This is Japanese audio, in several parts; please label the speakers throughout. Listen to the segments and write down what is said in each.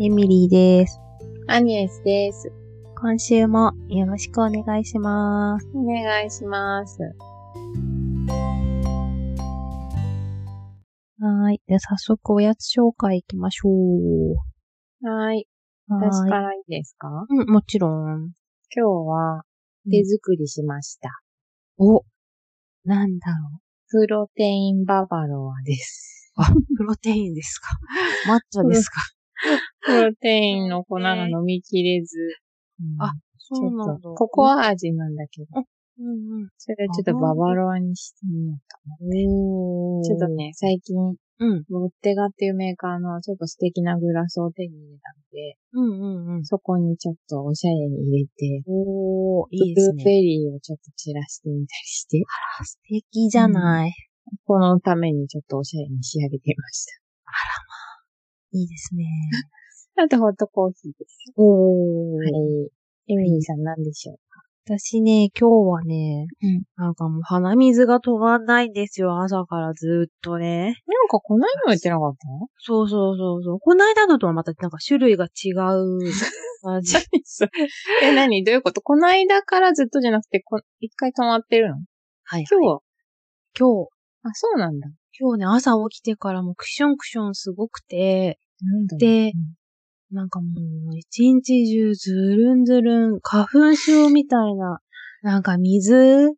Speaker 1: エミリーです。
Speaker 2: アニエスです。
Speaker 1: 今週もよろしくお願いします。
Speaker 2: お願いします。
Speaker 1: はーい。で、早速おやつ紹介行きましょう。
Speaker 2: はい。
Speaker 1: はーい
Speaker 2: 私からいいですか
Speaker 1: うん、もちろん。
Speaker 2: 今日は手作りしました。
Speaker 1: おなんだろ
Speaker 2: プロテインババロアです。
Speaker 1: う。プロテインです か抹茶ですか、
Speaker 2: プロテインの粉が飲みきれず。
Speaker 1: あ
Speaker 2: うん、
Speaker 1: そうなんだ。
Speaker 2: ちょっとココア味なんだけど、
Speaker 1: うん
Speaker 2: それちょっとババロアにしてみようかな。
Speaker 1: うん。お
Speaker 2: ちょっと。ね、最近、
Speaker 1: うん。
Speaker 2: ロッテガっていうメーカーのちょっと素敵なグラスを手に入れたので、
Speaker 1: うんうんうん。
Speaker 2: そこにちょっとおしゃれに入れて、
Speaker 1: おー、
Speaker 2: ブ
Speaker 1: いいです
Speaker 2: ルーベ
Speaker 1: ね。
Speaker 2: リーをちょっと散らしてみたりして、
Speaker 1: あ素敵じゃない。
Speaker 2: このためにちょっとおしゃれに仕上げてみまし
Speaker 1: いいですね。
Speaker 2: た。あとホットコーヒーです。
Speaker 1: おー
Speaker 2: はい。エミリーさん何でしょう
Speaker 1: 私ね、今日はね、
Speaker 2: うん
Speaker 1: なんかもう鼻水が止まんないんですよ、朝からずっとね。
Speaker 2: なんかこの間も言ってなかった
Speaker 1: そうそうそうそう。こないだのとはまたなんか種類が違 う感じ。
Speaker 2: え、何どういうことこの間からずっとじゃなくて、こ一回止まってるの
Speaker 1: はい。
Speaker 2: 今日
Speaker 1: 今日、
Speaker 2: あ、そうなんだ。
Speaker 1: 今日ね、朝起きてからもうクションクションすごくて、
Speaker 2: なんだろう
Speaker 1: で、なんかもう一日中ずるんずるん、花粉症みたいな、なんか水
Speaker 2: うん、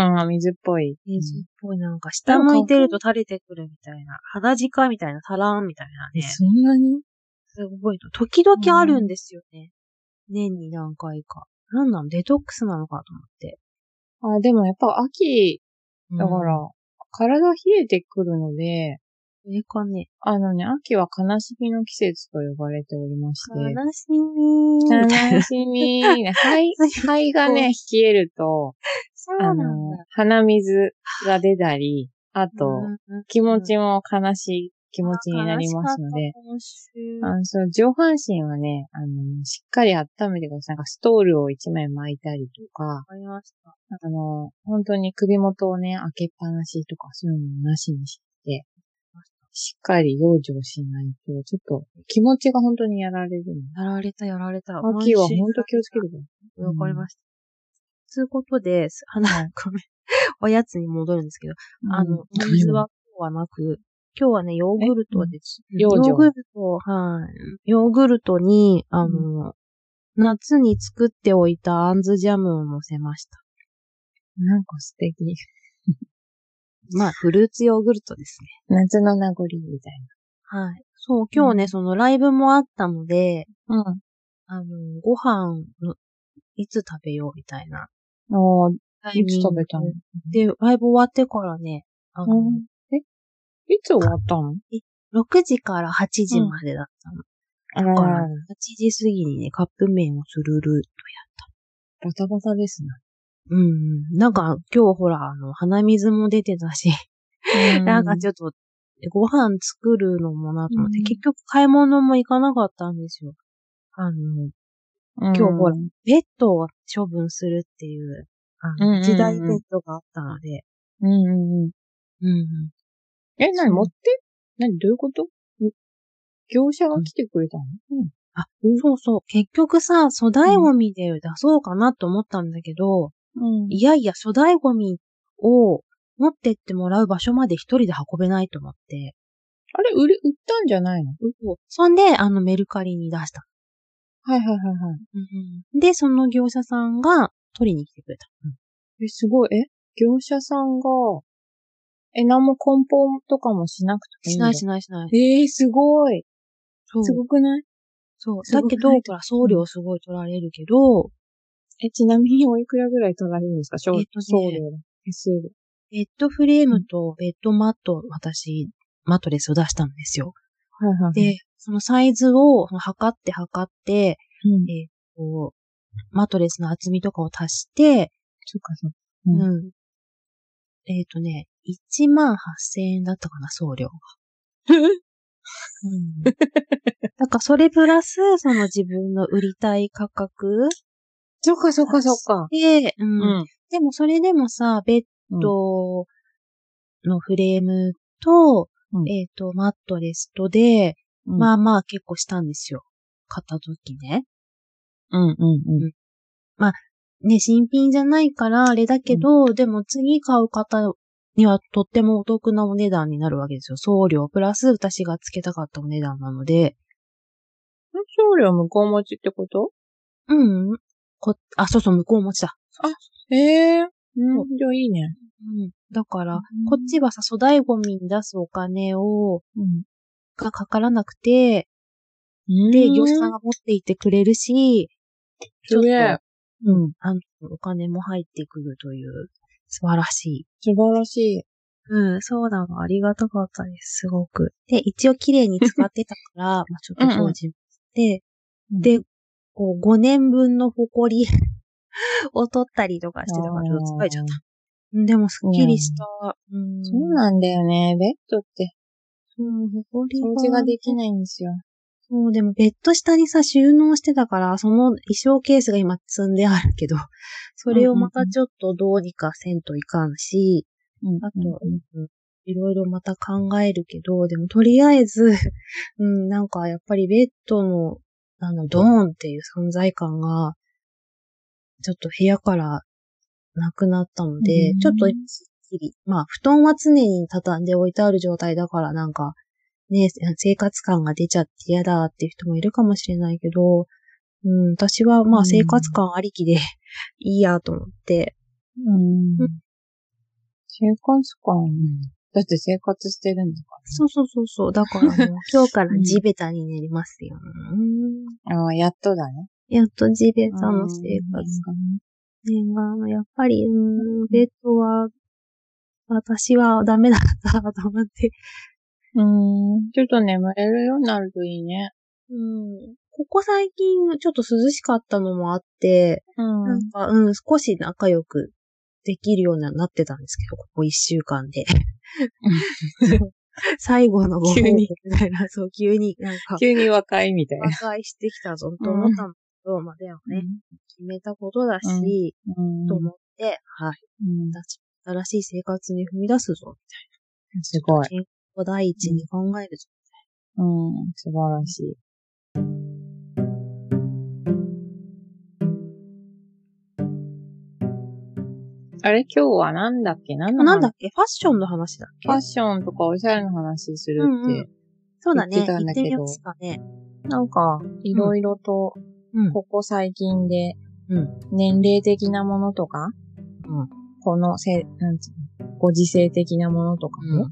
Speaker 2: あ水っぽい。
Speaker 1: 水っぽい、なんか下向いてると垂れてくるみたいな、肌近みたいな、タラーンみたいな
Speaker 2: え
Speaker 1: ね。
Speaker 2: そんなに
Speaker 1: すごいの。時々あるんですよね。年に何回か。なんなのデトックスなのかと思って。
Speaker 2: あ、でもやっぱ秋
Speaker 1: うん
Speaker 2: だから、。体冷えてくるので、
Speaker 1: それかね。
Speaker 2: あのね、秋は悲しみの季節と呼ばれておりまして。
Speaker 1: 悲しみーみたい
Speaker 2: 楽
Speaker 1: な。
Speaker 2: しみ。 肺、肺がね、冷えると、
Speaker 1: そう
Speaker 2: あ
Speaker 1: なんだ。
Speaker 2: の、鼻水が出たり、あと、
Speaker 1: うん
Speaker 2: 気持ちも悲しい気持ちになりますので、。
Speaker 1: 悲しかった
Speaker 2: あ
Speaker 1: 今週
Speaker 2: のそう上半身はね、あの、しっかり温めてください。なんかストールを一枚巻いたりとか
Speaker 1: わ、かりました。
Speaker 2: あの、本当に首元をね、開けっぱなしとか、そういうのもなしにして、しっかり養生しないと、ちょっと気持ちが本当にやられるの。
Speaker 1: やられた、やられた。
Speaker 2: 秋は本当
Speaker 1: 今週
Speaker 2: 気をつけてください。当
Speaker 1: わかりました。ということで、すあの、ごめん。おやつに戻るんですけど、あの、お水は今日はなく、今日はね、ヨーグルトです。
Speaker 2: 養
Speaker 1: ヨ
Speaker 2: 生
Speaker 1: ーグルト、はい。ヨーグルトに、あの、夏に作っておいたあんずジャムを乗せました。
Speaker 2: なんか素敵。
Speaker 1: まあ、フルーツヨーグルトですね。
Speaker 2: 夏の名残みたい
Speaker 1: はい。そう、今日ね、
Speaker 2: うん
Speaker 1: そのライブもあったので、
Speaker 2: な。
Speaker 1: あの、ご飯の、いつ食べようみたいな。
Speaker 2: うん。あ
Speaker 1: タ
Speaker 2: あ、
Speaker 1: イ
Speaker 2: いつ
Speaker 1: ミング
Speaker 2: 食べたの
Speaker 1: で、ライブ終わってからね、あの、
Speaker 2: うんいつ終わったの
Speaker 1: 6時から8時までだったの。
Speaker 2: あ
Speaker 1: だから、
Speaker 2: ら
Speaker 1: 8、時過ぎにね、カップ麺をするる
Speaker 2: バタバタですね。
Speaker 1: うん。なんか、今日ほら、あの、鼻水も出てたし、なんかち
Speaker 2: ょっ
Speaker 1: ょっと、ご飯作るのもなと思って、
Speaker 2: うん
Speaker 1: 結局買い物も行かなかったんですよ。あの、
Speaker 2: と、
Speaker 1: 今日ほら、ベッドを処分するっていう、あ
Speaker 2: うんうんう
Speaker 1: の、
Speaker 2: ん
Speaker 1: 時代ベッドがあったので、
Speaker 2: うんうんう
Speaker 1: うん、うん
Speaker 2: ん。え、なに持って何どういうこと業者が来てくれたのうん。
Speaker 1: あ、そうそう。結局さ、粗大ゴミで出そうかなと思ったんだけど、
Speaker 2: うん
Speaker 1: いやいや、粗大ゴミを持ってってもらう場所まで一人で運べないと思って。
Speaker 2: あれ、売れ、売ったんじゃないの
Speaker 1: そんで、あの、メルカリに出した。
Speaker 2: はいはいはいは
Speaker 1: で、その業者さんが取りに来てくれた。
Speaker 2: い。え、すごい。え、業者さんが、え、何も梱包とかもしなくてもいい
Speaker 1: し
Speaker 2: んだ
Speaker 1: ないしないしない。
Speaker 2: えー、すごい。
Speaker 1: そう
Speaker 2: す。ごくない
Speaker 1: そう。
Speaker 2: すご
Speaker 1: だ
Speaker 2: く
Speaker 1: けど、
Speaker 2: ない
Speaker 1: ほら、送料すごい取られるけど、
Speaker 2: え、ちなみにおいくらぐらい取られるんですか
Speaker 1: え
Speaker 2: 送
Speaker 1: っとね
Speaker 2: 送料の手数料。
Speaker 1: ベッドフレームとベッドマット、私、マットレスを出したんですよ。
Speaker 2: はいはで、
Speaker 1: で、そのサイズをその測って測って、
Speaker 2: うん
Speaker 1: えっと、マットレスの厚みとかを足して、
Speaker 2: そっかそっか。
Speaker 1: う。
Speaker 2: うんん
Speaker 1: えっ、とね、1万8000円だったかな、送料が。うん。だからそれプラス、その自分の売りたい価格
Speaker 2: そっかそっかそっか。
Speaker 1: で、うん。
Speaker 2: うん。
Speaker 1: でもそれでもさ、ベッドのフレームと、
Speaker 2: うん
Speaker 1: えっ、と、マットレスとで、
Speaker 2: うん
Speaker 1: まあまあ結構したんですよ。買った時ね。
Speaker 2: うんうんうん。
Speaker 1: ね、新品じゃないからあれだけど、でも次買う方にはとってもお得なお値段になるわけですよ。送料プラス私がつけたかったお値段なので。
Speaker 2: 送料向こう持ちってこと
Speaker 1: うん。こ、あ、そうそう、向こう持ちだ。
Speaker 2: ええうん。じゃあいいね。
Speaker 1: うん。だから、
Speaker 2: うん
Speaker 1: こっちはさ、粗大ゴミに出すお金を、
Speaker 2: うん。
Speaker 1: がかからなくて、
Speaker 2: で
Speaker 1: で、業者さんが持っていってくれるし、ち
Speaker 2: す
Speaker 1: ょっ
Speaker 2: げ
Speaker 1: と
Speaker 2: え。うん。
Speaker 1: あの、お金も入ってくるという、素晴らしい。
Speaker 2: 素晴らし
Speaker 1: うん、そうなの。ありがたかったです、すごく。で、一応綺麗に使ってた から、まあちょっと掃除して、
Speaker 2: い。
Speaker 1: で、こう、5年分の埃 を取ったりとかしてたから、ちょっと疲れちゃった。でも、すっきりした。うん。
Speaker 2: そうなんだよね。ベッドって
Speaker 1: うん、埃
Speaker 2: 掃除ができ
Speaker 1: い。
Speaker 2: ないんですよ。
Speaker 1: そう、でも、ベッド下にさ、収納してたから、その衣装ケースが今積んであるけど、それをまたちょっとどうにかせんといかんし、
Speaker 2: うん
Speaker 1: あと、うんいろいろまた考えるけど、でもとりあえず、 うん、なんかやっぱりベッドの、あの、ドーンっていう存在感が、ちょっと部屋からなくなったので、
Speaker 2: うん
Speaker 1: ちょっとすっきり。まあ、布団は常に畳んで置いてある状態だから、なんか、ね、生活感が出ちゃって嫌だっていう人もいるかもしれないけど、うん、私はま
Speaker 2: う
Speaker 1: あ
Speaker 2: ん
Speaker 1: 生活感ありきで いいやと思って、
Speaker 2: うん。生活感だって生活してるんだか
Speaker 1: そうそうそうそう。だからもう今日か
Speaker 2: う
Speaker 1: ら
Speaker 2: ん
Speaker 1: 地べたになりますよ。
Speaker 2: ら。ああ、やっとだね。
Speaker 1: やっと地べたの生活が。念願の、やっぱり、うん、ベッドは、私はダメだったと思って。
Speaker 2: うん。うん。ちょっと眠れるようになるといいね。
Speaker 1: うん、ここ最近ちょっと涼しかったのもあって、
Speaker 2: うん
Speaker 1: なんか、うん、少し仲良くできるようになってたんですけど、ここ一週間で。そう最後のご報
Speaker 2: 急
Speaker 1: 告
Speaker 2: に
Speaker 1: みたいな、そう、急になんか、
Speaker 2: 急に和解みたいな。
Speaker 1: 和解してきたぞと思ったんだけど、まあでもね、決めたことだし、
Speaker 2: うん
Speaker 1: と思って、はい。
Speaker 2: うん
Speaker 1: 私新しい生活に踏み出すぞ、
Speaker 2: すごい。
Speaker 1: 健康第一に考えるぞ。
Speaker 2: うん。素晴らしい。あれ今日はなんだっけ何の話
Speaker 1: なんだっけファッションの話だっけ
Speaker 2: ファッションとかおしゃれの話する
Speaker 1: うん
Speaker 2: っ
Speaker 1: うん
Speaker 2: て、
Speaker 1: そうだね。
Speaker 2: 言ってた
Speaker 1: 行
Speaker 2: ん
Speaker 1: っ
Speaker 2: だ
Speaker 1: て
Speaker 2: けど
Speaker 1: みますかね。
Speaker 2: なんか、いろいろと、
Speaker 1: うん。
Speaker 2: ここ最近で、
Speaker 1: うん。
Speaker 2: 年齢的なものとか、
Speaker 1: うん
Speaker 2: このせ、なんつうの、ご時世的なものとかも、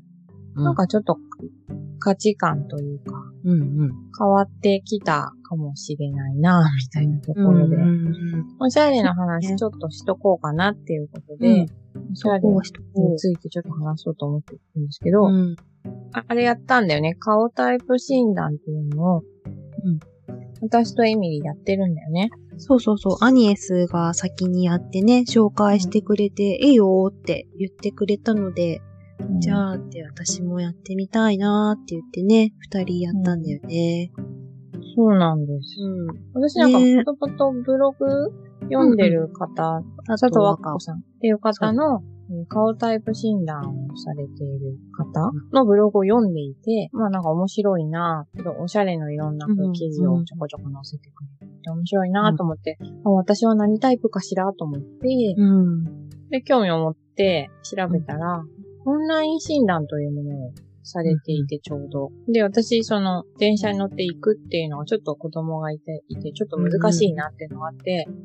Speaker 1: うん。
Speaker 2: なん、かちょっと価値観というか、
Speaker 1: うんうん。
Speaker 2: 変わってきたかもしれないな、みたいなとこ
Speaker 1: うん
Speaker 2: ろで、
Speaker 1: うん
Speaker 2: おしゃれ
Speaker 1: ね
Speaker 2: な話ちょっとしとこうかなっていうことで、
Speaker 1: うん
Speaker 2: おしゃれに
Speaker 1: うん
Speaker 2: ついてちょっと話そうと思ってるんですけど、
Speaker 1: うん。
Speaker 2: ああれやったんだよね。顔タイプ診断っていうのを、
Speaker 1: うん
Speaker 2: 私とエミリーやってるんだよね。
Speaker 1: そうそうそう。アニエスが先にやってね、紹介してくれて、ええよーって言ってくれたので、じ
Speaker 2: あ、
Speaker 1: ゃあって私もやってみたいなーって言ってね、二人やったんだよね。
Speaker 2: そうなんです。
Speaker 1: うん。
Speaker 2: 私なんか、
Speaker 1: ね
Speaker 2: もともとブログ読んでる方、
Speaker 1: あ
Speaker 2: 佐藤
Speaker 1: と
Speaker 2: 和
Speaker 1: は
Speaker 2: 歌子さんっていう方の、えー顔タイプ診断をされている方のブログを読んでいて、まあなんか面白いなぁ、ちょっとおしゃれのいろんなこ
Speaker 1: うんうん
Speaker 2: う記事をちょこちょこ載せてくれて、面白いなぁと思って、あ私は何タイプかしらと思って、
Speaker 1: うん。
Speaker 2: で、興味を持って調べたら、オンライン診断というものをされていてちょうど。で、私、その、電車に乗っていくっていうのはちょっと子供がいて、いて、ちょっと難しいなっていうのがあって、
Speaker 1: うん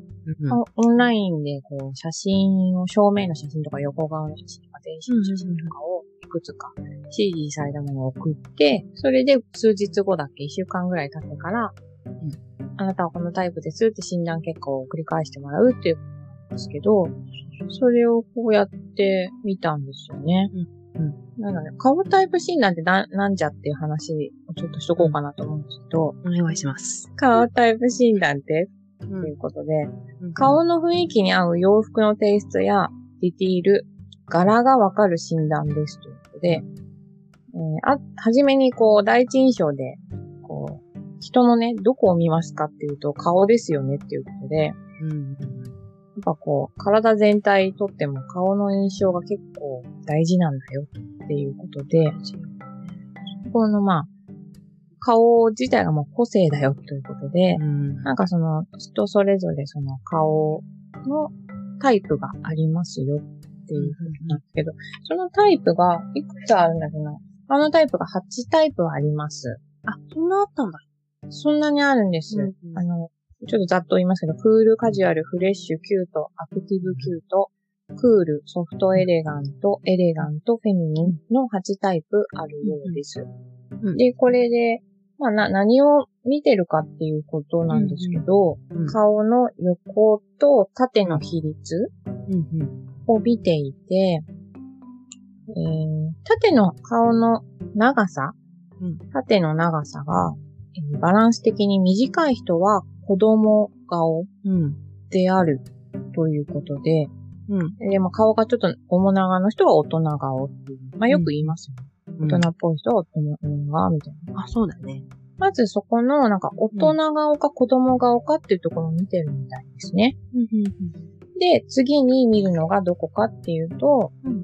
Speaker 2: あオンラインでこう、写真を、正面の写真とか横側の写真とか、電車の写真とかを、いくつか CD されたものを送って、それで数日後だっけ、一週間ぐらい経ってから、あなたはこのタイプですって診断結果を繰り返してもらうっていうことなんですけど、それをこうやってみたんですよね。
Speaker 1: うん
Speaker 2: なんかね、顔タイプ診断ってななんじゃっていう話をちょっとしとこうかなと思うんですけど、
Speaker 1: お願いします。
Speaker 2: 顔タイプ診断って
Speaker 1: う
Speaker 2: というんことで、顔の雰囲気に合う洋服のテイストやディティール、柄がわかる診断ですということで、えーあ、はじめにこう、第一印象で、こう、人のね、どこを見ますかっていうと、顔ですよねっていうことで、やっ
Speaker 1: うん。
Speaker 2: ぱこう、体全体とっても顔の印象が結構大事なんだよっていうことで、このまあ、顔自体がもう個性だよということで、
Speaker 1: うん。
Speaker 2: なんかその人それぞれその顔のタイプがありますよっていうことなんですけど、そのタイプがいくつあるんだっけなあのタイプが8タイプあります。
Speaker 1: あ、そんなあったんだ。
Speaker 2: そんなにあるんです。あの、ちょっとざっと言いますけど、クール、カジュアル、フレッシュ、キュート、アクティブ、キュート、クール、ソフト、エレガント、エレガント、フェミニンの8タイプあるようです。
Speaker 1: うん
Speaker 2: で、これで、まあ、な、何を見てるかっていうことなんですけど、
Speaker 1: うん
Speaker 2: 顔の横と縦の比率
Speaker 1: うんうん。
Speaker 2: を見ていて、えー縦の顔の長さ、
Speaker 1: うん
Speaker 2: 縦の長さが、えーバランス的に短い人は子供顔
Speaker 1: うん。
Speaker 2: であるということで、
Speaker 1: うん。
Speaker 2: でも顔がちょっと面長の人は大人顔っていう。まあよく言いますよね。大人っぽい人は大人顔みたいな。
Speaker 1: あ、そうだね。
Speaker 2: まずそこの、なんか大人顔か子供顔かっていうところを見てるみたいですね。
Speaker 1: うん
Speaker 2: で、次に見るのがどこかっていうと、
Speaker 1: うん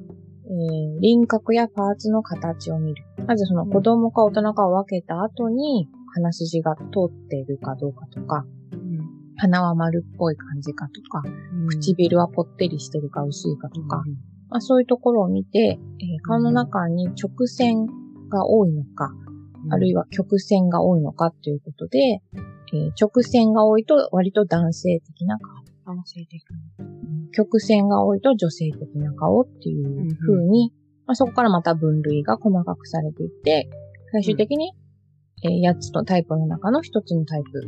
Speaker 2: えー輪郭やパーツの形を見る。まずその子供か大人かを分けた後に、鼻筋が通っているかどうかとか、
Speaker 1: うん
Speaker 2: 鼻は丸っぽい感じかとか、
Speaker 1: うん。
Speaker 2: 唇はぽってりしてるか薄いかと
Speaker 1: と
Speaker 2: か、。まあ、そういうところを見て、えー顔の中に直線が多いのか、あるい
Speaker 1: は。
Speaker 2: は曲線が多いのかっていうことで、えー直線が多いと割と男性的な顔。男性的曲線が多いと女性的な顔っていう風に、まあ、そこからまた分類が細かくされていって、最終的に、え8つのタイプの中の1つのタイプ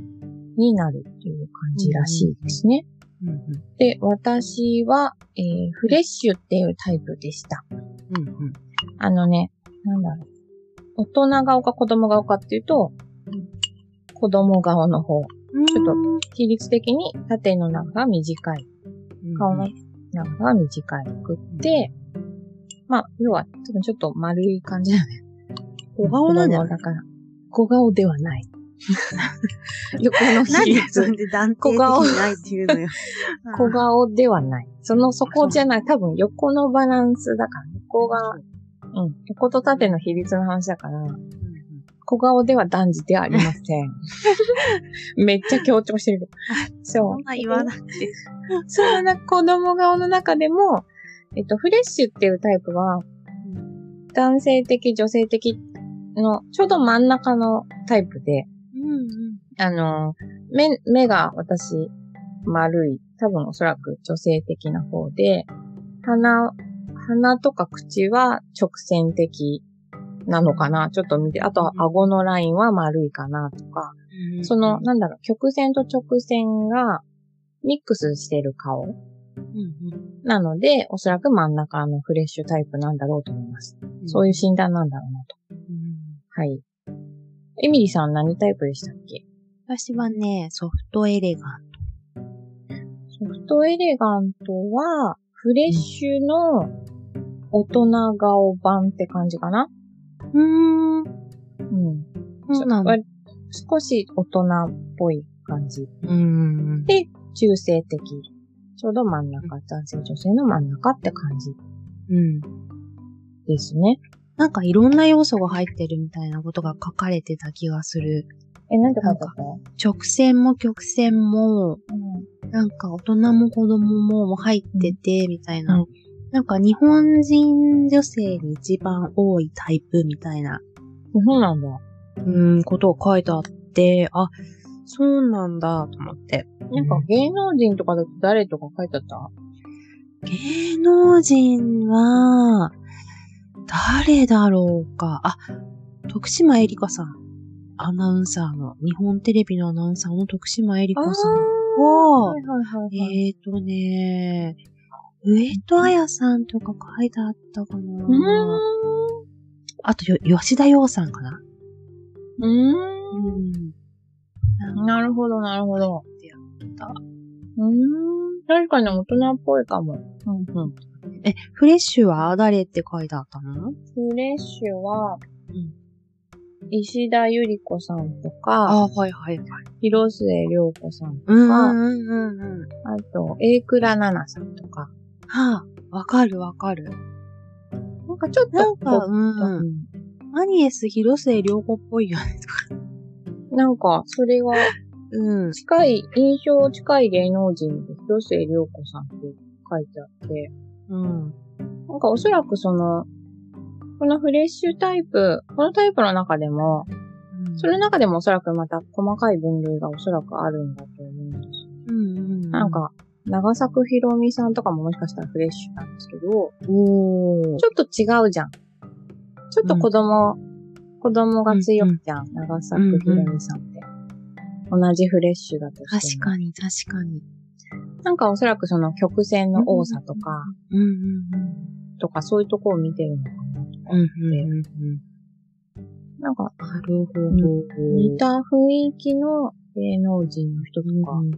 Speaker 2: になるっていう感じらしいですね。
Speaker 1: うんうん。
Speaker 2: で、私は、えーフレッシュっていうタイプでした。
Speaker 1: うんうん。
Speaker 2: あのね、なんだろう。大人顔か子供顔かっていうと、子供顔の方。
Speaker 1: ち
Speaker 2: ょ比率的に縦の長が短い。
Speaker 1: と
Speaker 2: 顔の長が短くって、まあ、要は、多分ちょっと丸い感じだね。
Speaker 1: 小顔なんじゃ
Speaker 2: 子
Speaker 1: ない
Speaker 2: だから。小顔で はない。横の比
Speaker 1: 何でそ
Speaker 2: 率
Speaker 1: れ。 で断定的にないっていうの よ。
Speaker 2: 小顔ではない。その、そこじゃない。多分横のバランスだから、横が、うん、横と縦の比率の話だから、小顔では男児ではありません。 めっちゃ強調してる。そ
Speaker 1: そんな言わなくて。
Speaker 2: う。そんな子供顔の中でも、えっと、フレッシュっていうタイプは、男性的、女性的の、ちょうど真ん中のタイプで、
Speaker 1: うんうん。
Speaker 2: あの、目、目が私、丸い。多分おそらく女性的な方で、鼻、鼻とか口は直線的なのかなちょっと見て、あとは顎のラインは丸いかなとか、その、なんだろう、曲線と直線がミックスしてる顔
Speaker 1: うん
Speaker 2: なので、おそらく真ん中のフレッシュタイプなんだろうと思います。
Speaker 1: うん、
Speaker 2: そういうう診断なんだろうなと。
Speaker 1: ん。
Speaker 2: はい。エミリーさん何タイプでしたっけ
Speaker 1: 私はね、ソフトエレガン
Speaker 2: ソフトエレガントは、フレッシュの大人顔版って感じかな
Speaker 1: ト。うーん。
Speaker 2: うん。
Speaker 1: そうなんだ。
Speaker 2: ちょ少し大人っぽい感じ。
Speaker 1: うん。
Speaker 2: で、中性的。ちょうど真ん中、男性女性の真ん中って感じ
Speaker 1: うん。
Speaker 2: ですね。
Speaker 1: なんかいろんな要素が入ってるみたいなことが書かれてた気がする。
Speaker 2: え、なんて書いてあった
Speaker 1: 直線も曲線も、
Speaker 2: う
Speaker 1: なんか大人も子供も入ってて、みたいな。
Speaker 2: うん
Speaker 1: なんか日本人女性に一番多いタイプみたいな、
Speaker 2: ん。そうなんだ。
Speaker 1: うん、ことを書いてあって、あ、そうなんだ、と思って。
Speaker 2: なんか芸能人とかだと誰とか書いてあった
Speaker 1: 芸能人は、誰だろうか。あ、徳島えりかさん。アナウンサーの、日本テレビのアナウンサーの徳島えりかさん
Speaker 2: は、
Speaker 1: はい
Speaker 2: はいはいはい。
Speaker 1: えーとね、上戸彩さんとか書いてあったか
Speaker 2: う
Speaker 1: な。
Speaker 2: ー
Speaker 1: あとよ、吉田洋さんかな。
Speaker 2: ん。う
Speaker 1: な
Speaker 2: ー
Speaker 1: ん
Speaker 2: ん。なるほど、なるほど。
Speaker 1: た
Speaker 2: うーん。確かに大人っぽいかも。うんうん。
Speaker 1: え、フレッシュは誰って書いてあったの
Speaker 2: フレッシュは
Speaker 1: うん、
Speaker 2: 石田ゆり子さんとか、
Speaker 1: あ、はいはいはい。
Speaker 2: 広末涼子さんと
Speaker 1: うん
Speaker 2: か、
Speaker 1: うんうんうん。
Speaker 2: あと、榮倉奈々さんとか。
Speaker 1: はあ、わかるわかる。
Speaker 2: なんかちょっと、
Speaker 1: なんか、
Speaker 2: こ
Speaker 1: う。
Speaker 2: ううんん
Speaker 1: アニエス広末涼子っぽいよね。
Speaker 2: なんか、それは、
Speaker 1: うん。
Speaker 2: 近い、印象近い芸能人で、広末涼子さんって書いてあって、
Speaker 1: うん。
Speaker 2: なんかおそらくその、このフレッシュタイプ、このタイプの中でも、その中でもおそらくまた細かい分類がおそらくあるんだと思うんですよ。
Speaker 1: うんうん。
Speaker 2: なん、か、長作ひろみさんとかももしかしたらフレッシュなんですけど、
Speaker 1: おー。
Speaker 2: ちょっと違うじゃん。ちょっと子供、子供が強いじゃん。長作ひろみさんって。同じフレッシュだと
Speaker 1: 確
Speaker 2: しても。
Speaker 1: かに、確かに。
Speaker 2: なんかおそらくその曲線の多さとか、
Speaker 1: うんうん
Speaker 2: とかそういうとこを見てるのか
Speaker 1: うん。うんうんうん。
Speaker 2: な。なんか、
Speaker 1: なるほど。
Speaker 2: 似た雰囲気の芸能人の人とか
Speaker 1: うん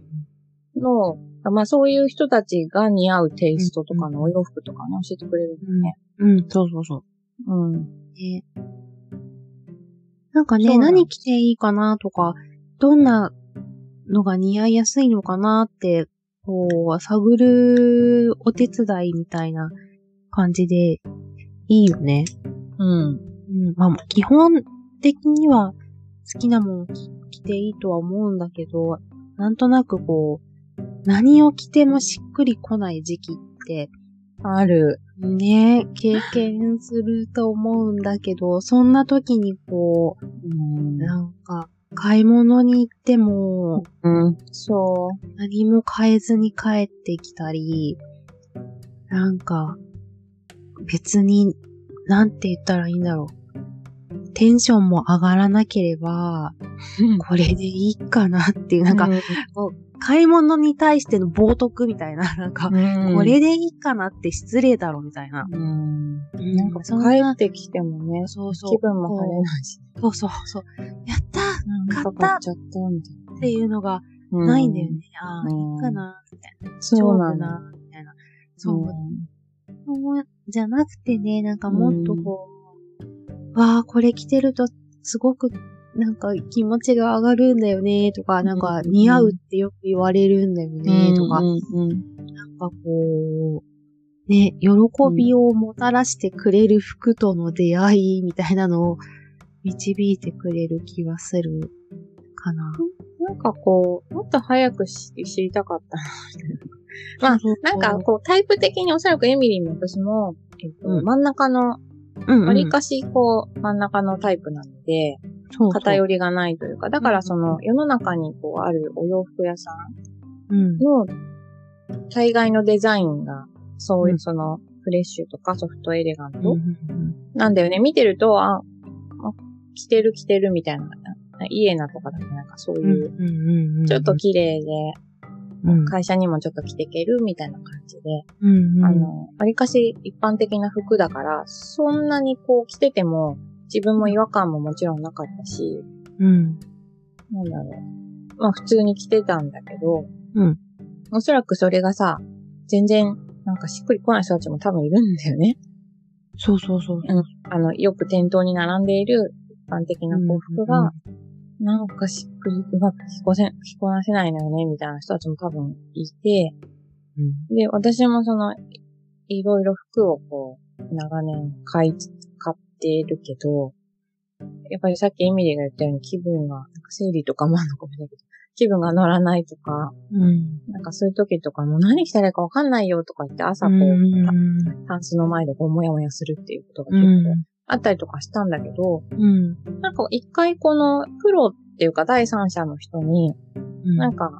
Speaker 2: の、まあそういう人たちが似合うテイストとかのお洋服とかね、教えてくれるんだよね。
Speaker 1: うん、そうそうそう。
Speaker 2: うん。
Speaker 1: ね、なんか
Speaker 2: そう
Speaker 1: ね、
Speaker 2: なん
Speaker 1: 何着ていいかなとか、どんなのが似合いやすいのかなって、こう、探るお手伝いみたいな感じでいいよね。
Speaker 2: うん。
Speaker 1: うん、まあ、基本的には好きなもの着ていいとは思うんだけど、なんとなくこう、何を着てもしっくりこない時期って、
Speaker 2: ある。
Speaker 1: ね経験すると思うんだけど、そんな時にこう、
Speaker 2: うん
Speaker 1: なんか、買い物に行っても、
Speaker 2: うん。そ
Speaker 1: 何も買えずに帰ってきたり、なんか、別に、なんて言ったらいいんだろう。テンションも上がらなければ、
Speaker 2: う。
Speaker 1: これでいいかなっていう、なんか、
Speaker 2: うん、
Speaker 1: 買い物に対しての冒涜みたいな、 なんか、これでいいかなって失礼だろみたいな。
Speaker 2: うん。
Speaker 1: な
Speaker 2: なんか
Speaker 1: そんな
Speaker 2: 帰ってきてもね、
Speaker 1: そうそう。
Speaker 2: 気分も晴れないし、
Speaker 1: こうそうそうそう。やったー
Speaker 2: なんか買っちゃったみたいな。
Speaker 1: っていうのがないんだよね。ああ、い
Speaker 2: うん
Speaker 1: いかな、みたいな。
Speaker 2: そうなんだ
Speaker 1: 丈夫な、みたいな。そう、そうじゃなくてね、なんかもっとこう、わあ、これ着てるとすごく、なんか気持ちが上がるんだよね、とか、なんか
Speaker 2: うん
Speaker 1: 似合うってよく言われるんだよね、とか、
Speaker 2: うんうんうん
Speaker 1: なんかこう、ね、喜びをもたらしてくれる服との出会いみたいなのを導いてくれる気がするかな。
Speaker 2: なんかこう、もっと早くし知りた かったな。まあ、なんかこう、タイプ的におそらくエミリーも私も、えっと
Speaker 1: うん
Speaker 2: 真ん中の、
Speaker 1: うん、
Speaker 2: わりかしこう、真ん中のタイプなので、
Speaker 1: そうそう
Speaker 2: 偏りがないというか、だからその、世の中にこう、あるお洋服屋さん
Speaker 1: うん。
Speaker 2: の、大概のデザインが、そういうう、
Speaker 1: ん
Speaker 2: その、フレッシュとかソフトエレガント、
Speaker 1: うん
Speaker 2: なんだよね。見てると、あ、あ着てる着てるみたいな、イエナとかだとなんかそう
Speaker 1: うん
Speaker 2: いう、
Speaker 1: うんうん
Speaker 2: ちょっと綺麗で、
Speaker 1: うん
Speaker 2: 会社にもちょっと着てけるみたいな感じで、
Speaker 1: うんうん
Speaker 2: あの、わりかし一般的な服だから、そんなにこう着てても、自分も違和感ももちろんなかったし、
Speaker 1: うん
Speaker 2: なんだろう。まあ普通に着てたんだけど、
Speaker 1: うん
Speaker 2: おそらくそれがさ、全然、なんかしっくりこない人たちも多分いるんだよね。
Speaker 1: そうそうそう。
Speaker 2: あの、よく店頭に並んでいる一般的な幸服が、なんかしっくりうまく着こせ、着こなせないのよね、みたいな人たちも多分いて、
Speaker 1: うん
Speaker 2: で、私もその、いいろいろ服をこう、長年買い、買っているけど、やっぱりさっきエミリーが言ったように気分が、なんか生理とかもあるのかもしれないけど、気分が乗らないとか、
Speaker 1: うん。
Speaker 2: なんかそういう時とかもう何したらいいかわかんないよとか言って朝こう、
Speaker 1: うん
Speaker 2: タンスの前でこうもやもやするっていうことが
Speaker 1: う
Speaker 2: 結
Speaker 1: ん
Speaker 2: 構あったりとかしたんだけど、
Speaker 1: うん
Speaker 2: なんか一回このプロっていうか第三者の人に、
Speaker 1: うん
Speaker 2: なんか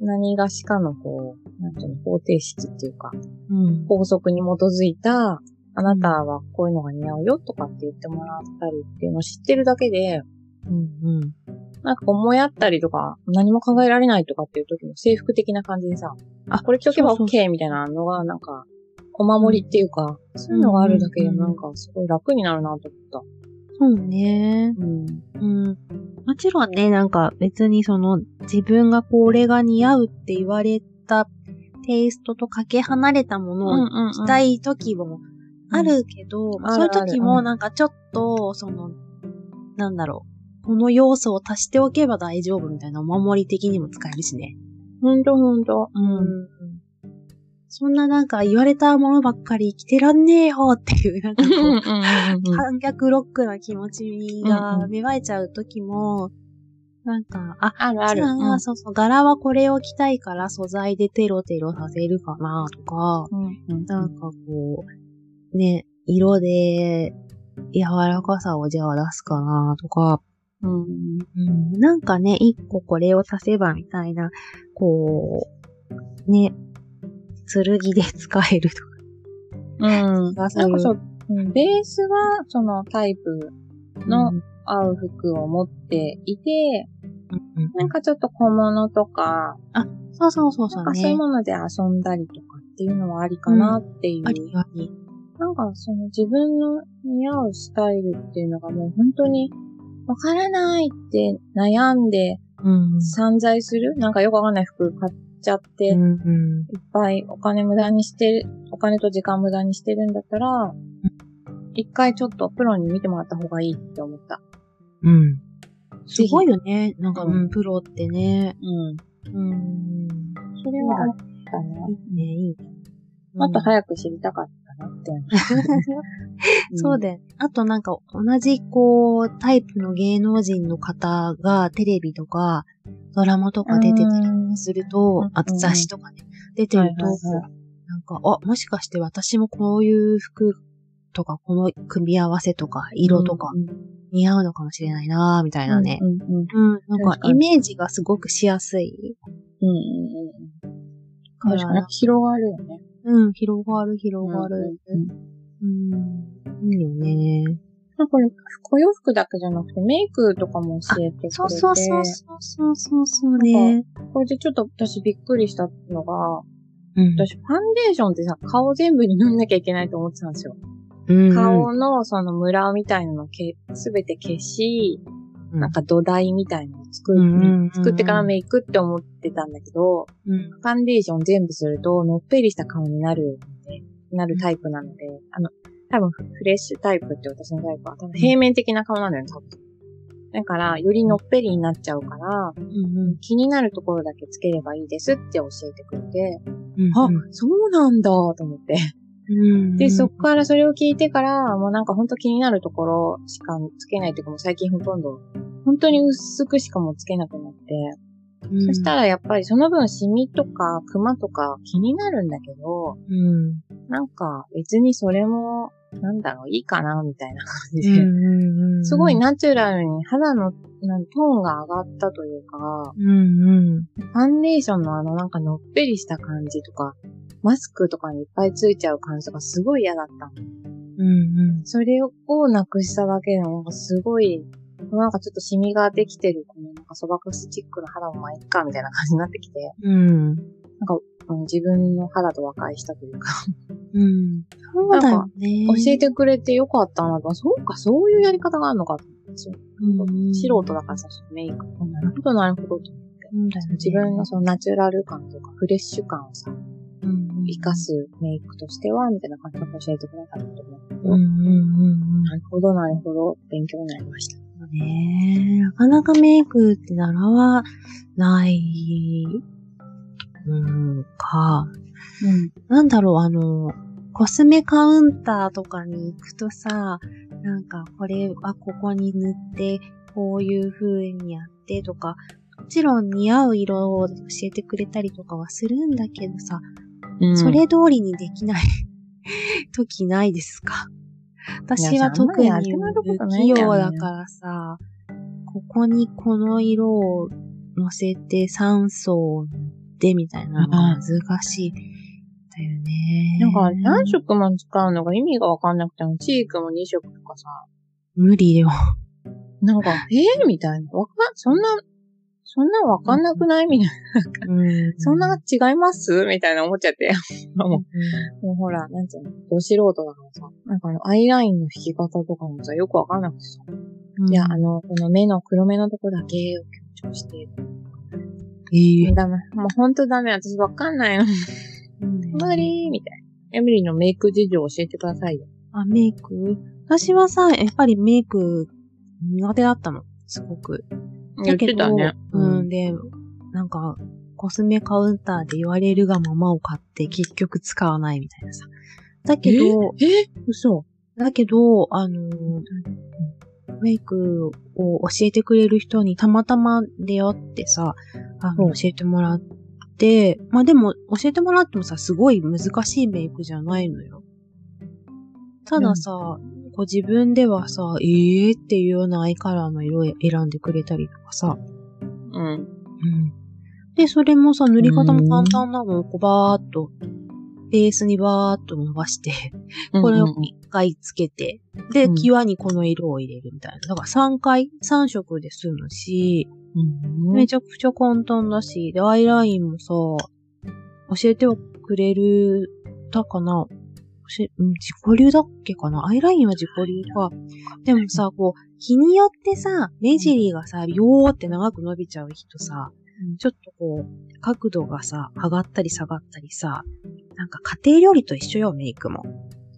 Speaker 2: 何がしかのこう、なんていうの、方程式っていうか、
Speaker 1: うん
Speaker 2: 法則に基づいた、あなたはこういうのが似合うよとかって言ってもらったりっていうのを知ってるだけで、
Speaker 1: うんうん
Speaker 2: なんかこうもやったりとか、何も考えられないとかっていう時の制服的な感じでさ、あ、これ着とけば
Speaker 1: そうそう
Speaker 2: OK みたいなのがなんか、お守りっていうか、そういうのがあるだけでなんかすごい楽になるなと思っ
Speaker 1: そうね。
Speaker 2: た。うん。
Speaker 1: うん。もちろんね、なんか別にその自分がこれが似合うって言われたテイストとかけ離れたものを
Speaker 2: んうん
Speaker 1: 着たい時もあるけど、
Speaker 2: ん
Speaker 1: まあそういう
Speaker 2: あるあ
Speaker 1: 時
Speaker 2: るう
Speaker 1: も
Speaker 2: ん
Speaker 1: なんかちょっと、その、なんだろう、この要素を足しておけば大丈夫みたいなお守り的にも使えるしね。
Speaker 2: ほんとほんと。うん。
Speaker 1: そんななんか言われたものばっかり着てらんねえよっていう、なんかこう、
Speaker 2: う
Speaker 1: 反逆ロックな気持ちが芽生えちゃう時も、なんか、あ、
Speaker 2: あるある。
Speaker 1: じゃあ
Speaker 2: うん
Speaker 1: そうそう、柄はこれを着たいから素材でテロテロさせるかなとか、
Speaker 2: うん
Speaker 1: なんかこう、ね、色で柔らかさをじゃあ出すかなとか、
Speaker 2: うん。
Speaker 1: うん、なんかね、一個これを足せばみたいな、こう、ね、剣で使えるとか。
Speaker 2: うん。
Speaker 1: が
Speaker 2: それこそ、
Speaker 1: うん
Speaker 2: ベースは、そのタイプの
Speaker 1: うん
Speaker 2: 合う服を持っていて、
Speaker 1: うん
Speaker 2: なんかちょっと小物とか、
Speaker 1: そうそうそうそ
Speaker 2: なん
Speaker 1: う
Speaker 2: かそうい
Speaker 1: ね
Speaker 2: う。もので遊んだりとかっていうのはありかなっていう。
Speaker 1: ありあり。
Speaker 2: なんかその自分の似合うスタイルっていうのがもう本当にわからないって悩んで
Speaker 1: うん。
Speaker 2: 散財するなんかよくわかんない服買っちゃって、
Speaker 1: う
Speaker 2: いっ
Speaker 1: んうん
Speaker 2: ぱいお金無駄にしてる、お金と時間無駄にしてるんだったら、一回ちょっとプロに見てもらった方がいいって思った。
Speaker 1: うん。す
Speaker 2: ぜひ
Speaker 1: ごいよね。なんか、
Speaker 2: うん
Speaker 1: うんプロってね。
Speaker 2: うん。
Speaker 1: うん。
Speaker 2: それは思ったね。
Speaker 1: いいね、いいね。
Speaker 2: もっと
Speaker 1: い。
Speaker 2: 早く知りたかったな って思った。
Speaker 1: そうだよね。あとなんか、同じこう、タイプの芸能人の方がテレビとか、ドラマとか出てたり
Speaker 2: り
Speaker 1: すると、
Speaker 2: うん
Speaker 1: あと雑誌とかね、出てると、
Speaker 2: はいはいは
Speaker 1: なんか、あ、もしかして私もこういう服とか、この組み合わせとか、色とか、似合うのかもしれないなみたいなね。
Speaker 2: うんうんうん
Speaker 1: うん、なんか
Speaker 2: 確、か
Speaker 1: イ
Speaker 2: に
Speaker 1: メージがすごくしやすい
Speaker 2: うんうんうん。
Speaker 1: か
Speaker 2: 確かに
Speaker 1: ら、
Speaker 2: 広がるよね。
Speaker 1: うん、広がる、広がる。
Speaker 2: うんうんうん
Speaker 1: うん、いいよね。
Speaker 2: まあこれ、お洋服だけじゃなくて、メイクとかも教えてくれて。
Speaker 1: そうそうそうそうそうそうね。
Speaker 2: これでちょっと私びっくりしたのが、
Speaker 1: うん
Speaker 2: 私ファンデーションってさ、顔全部に塗んなきゃいけないと思ってたんですよ。
Speaker 1: うん
Speaker 2: 顔のそのムラみたいなのけ、すべて消し、なん、か土台みたいなのを作る、
Speaker 1: うん
Speaker 2: 作ってから
Speaker 1: イ
Speaker 2: メイクって思ってたんだけど、
Speaker 1: ク。うん
Speaker 2: ファンデーション全部すると、のっぺりした顔になるので、なるタイプなので、あの、多分フレッシュタイプって私のタイプは、多分平面的な顔なんだよね、多分。だから、よりのっぺりになっちゃうから、
Speaker 1: うん
Speaker 2: 気になるところだけつければいいですって教えてくれて、
Speaker 1: うん。
Speaker 2: あ、そうなんだと思って。
Speaker 1: うん
Speaker 2: で、そこからそれを聞いてから、もうなんかほんと気になるところしかつけないっていうか、もう最近ほとんど、本当に薄くしかもうつけなくなって、そした
Speaker 1: ら、
Speaker 2: らやっぱりその分シミとかクマとか気になるんだけど、
Speaker 1: うん。
Speaker 2: なんか別にそれも、なんだろう、いいかな、みたいな感じ
Speaker 1: うん
Speaker 2: で。
Speaker 1: うんうん
Speaker 2: すごい。ナチュラルに肌のなんトーンが上がったというか、
Speaker 1: うんうん。
Speaker 2: ファンデーションのあのなんかのっぺりした感じとか、マスクとかにいっぱいついちゃう感じとかすごい嫌だったの。
Speaker 1: うんうん。
Speaker 2: それをなくしただけでもなんかすごい、なんかちょっとシミができてる、このなんかそばかすチックの肌もまあいっか、みたいな感じになってきて。
Speaker 1: うん。
Speaker 2: うん自分の肌と和解したというか、
Speaker 1: うん。そうだよね。
Speaker 2: 教えてくれてよかったなと、そうか、そういうやり方があるのかと思ってそう
Speaker 1: うん
Speaker 2: 素人だからさ、メイク。なるほど、なるほどと。
Speaker 1: うんだよね
Speaker 2: 自分のそのナチュラル感とか、フレッシュ感をさ、
Speaker 1: うん
Speaker 2: 活かすメイクとしては、みたいな感じで教えてくれたなと思って。
Speaker 1: うんうんうん
Speaker 2: なるほど、なるほど、勉強になりました。
Speaker 1: うん。ねなかなかメイクって習わない、うん、か。なんだろう、あの、コスメカウンターとかに行くとさ、なんか、これはここに塗って、こういう風にやってとか、もちろん似合う色を教えてくれたりとかはするんだけどさ、
Speaker 2: うん
Speaker 1: それ通りにできない 時ないですか私は特
Speaker 2: い
Speaker 1: に
Speaker 2: やそんなのやってもらったこと
Speaker 1: 不
Speaker 2: ない
Speaker 1: 器
Speaker 2: んだよ
Speaker 1: 用
Speaker 2: ね
Speaker 1: だからさ、ここにこの色を乗せて酸素を塗ってみたいなのが難しいんだよね。
Speaker 2: なんか、何色も使うのが意味がわかんなくても、チークも2色とかさ、
Speaker 1: 無理よ。
Speaker 2: なんか、えー、みたいな。わかん、そんな、そんなわかんなくないみたいな。
Speaker 1: うん
Speaker 2: そんな、違いますみたいな思っちゃって。
Speaker 1: うん
Speaker 2: もうもうほら、なんつうの、ど素人だからさ。なんかあの、アイラインの引き方とかもさ、よくわかんなくてさ。いや、あの、この目の黒目のとこだけを強調して。
Speaker 1: いい。
Speaker 2: ダメ。もうほんとダメ。私わかんないの。無理みたいな。エミリーのメイク事情教えてくださいよ。
Speaker 1: あ、メイク私はさ、やっぱりメイク苦手だったの。すごく。
Speaker 2: 言ってたね
Speaker 1: だけ。どうん、で、なんか、コスメカウンターで言われるがままを買って結局使わないみたいなさ。だけど、
Speaker 2: え嘘。
Speaker 1: だけど、あのーメイクを教えてくれる人にたまたま出会ってさ、あの、
Speaker 2: うん
Speaker 1: 教えてもらって、まあでも、教えてもらってもさ、すごい難しいメイクじゃないのよ。たださ、こう自分ではさ、ええー、っていうようなアイカラーの色を選んでくれたりとかさ、
Speaker 2: うん。
Speaker 1: うん。で、それもさ、塗り方も簡単なのをこうバーっと、ベースにバーっと伸ばして、これを一回つけて、で、
Speaker 2: うん
Speaker 1: 際にこの色を入れるみたいな。だから3回、3色で済むし、
Speaker 2: うん、
Speaker 1: めちゃくちゃ簡単だし、で、アイラインもさ、教えてはくれる、たかな教え、うん自己流だっけかなアイラインは自己流か。でもさ、こう、日によってさ、目尻がさ、ビョーって長く伸びちゃう人さ
Speaker 2: うん、
Speaker 1: ちょっとこう、角度がさ、上がったり下がったりさ、なんか家庭料理と一緒よ、メイクも。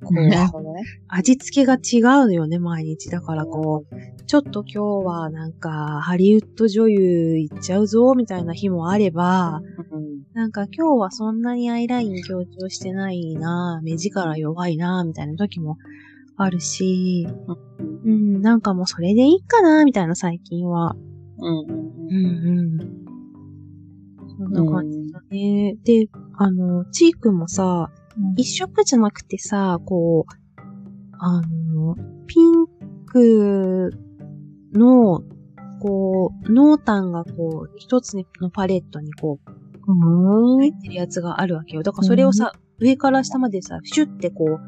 Speaker 1: こう、
Speaker 2: なるほどね。
Speaker 1: 味付けが違うのよね、毎日。だからこう、ちょっと今日はなんか、ハリウッド女優行っちゃうぞ、みたいな日もあれば、
Speaker 2: うん。
Speaker 1: なんか今日はそんなにアイライン強調してないな、目力弱いな、みたいな時もあるし、うん、なんかもうそれでいいかな、みたいな最近は。
Speaker 2: うん。
Speaker 1: うんうん。そん
Speaker 2: う。
Speaker 1: なん感じだね。で、あの、チークもさ、一色じゃなくてさ、こう、あの、ピンクの、こう、濃淡がこう、一つのパレットにこう、
Speaker 2: うん
Speaker 1: 入ってるやつがあるわけよ。だからそれをさ、上から下までさ、シュッてこう、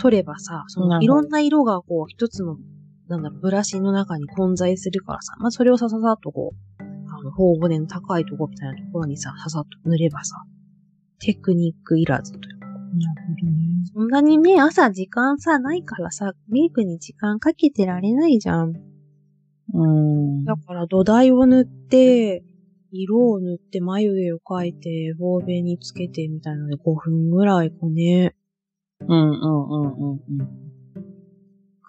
Speaker 1: 取ればさ、そ
Speaker 2: な
Speaker 1: のい
Speaker 2: るほど
Speaker 1: ろんな色がこう、一つの、なんだろう、ブラシの中に混在するからさ、まあ、それをさささっとこう、あの、頬骨の高いとこみたいなところにさ、ささっと塗ればさ、テクニックいらずという
Speaker 2: なるほどね。
Speaker 1: そんなにね、朝時間さ、ないからさ、メイクに時間かけてられないじゃん。
Speaker 2: うん。
Speaker 1: だから土台を塗って、色を塗って眉毛を描いて、ボーベにつけてみたいので5分ぐらいかね。
Speaker 2: うんうんうんうんうん。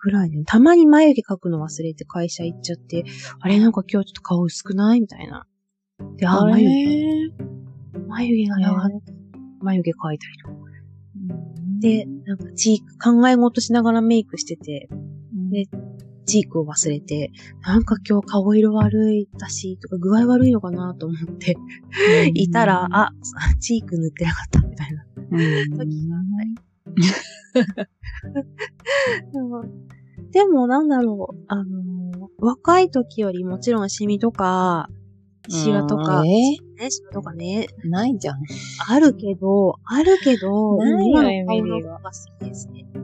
Speaker 1: ぐらいね。たまに眉毛描くの忘れて会社行っちゃって、あれなんか今日ちょっと顔薄くないみたいな。で、あ、
Speaker 2: あれ
Speaker 1: 眉毛、眉毛がやわ
Speaker 2: ね
Speaker 1: 眉毛描いたりとか。で、なんかチーク、考え事しながらメイクしてて、でチークを忘れて、なんか今日顔色悪いだし、とか具合悪いのかなと思って、いたら、あ、チーク塗ってなかったみたいな。
Speaker 2: うん、
Speaker 1: 時があったりうんでもなんだろう、あのー若い時よりもちろんシミとか、シワとか、
Speaker 2: うん
Speaker 1: ね
Speaker 2: え、
Speaker 1: シワとかね、
Speaker 2: ないじゃん。
Speaker 1: あるけど、あるけど、
Speaker 2: ないよ
Speaker 1: 今の
Speaker 2: エ
Speaker 1: 顔
Speaker 2: ミ
Speaker 1: の
Speaker 2: リー
Speaker 1: 方
Speaker 2: は
Speaker 1: が好きですね。と思い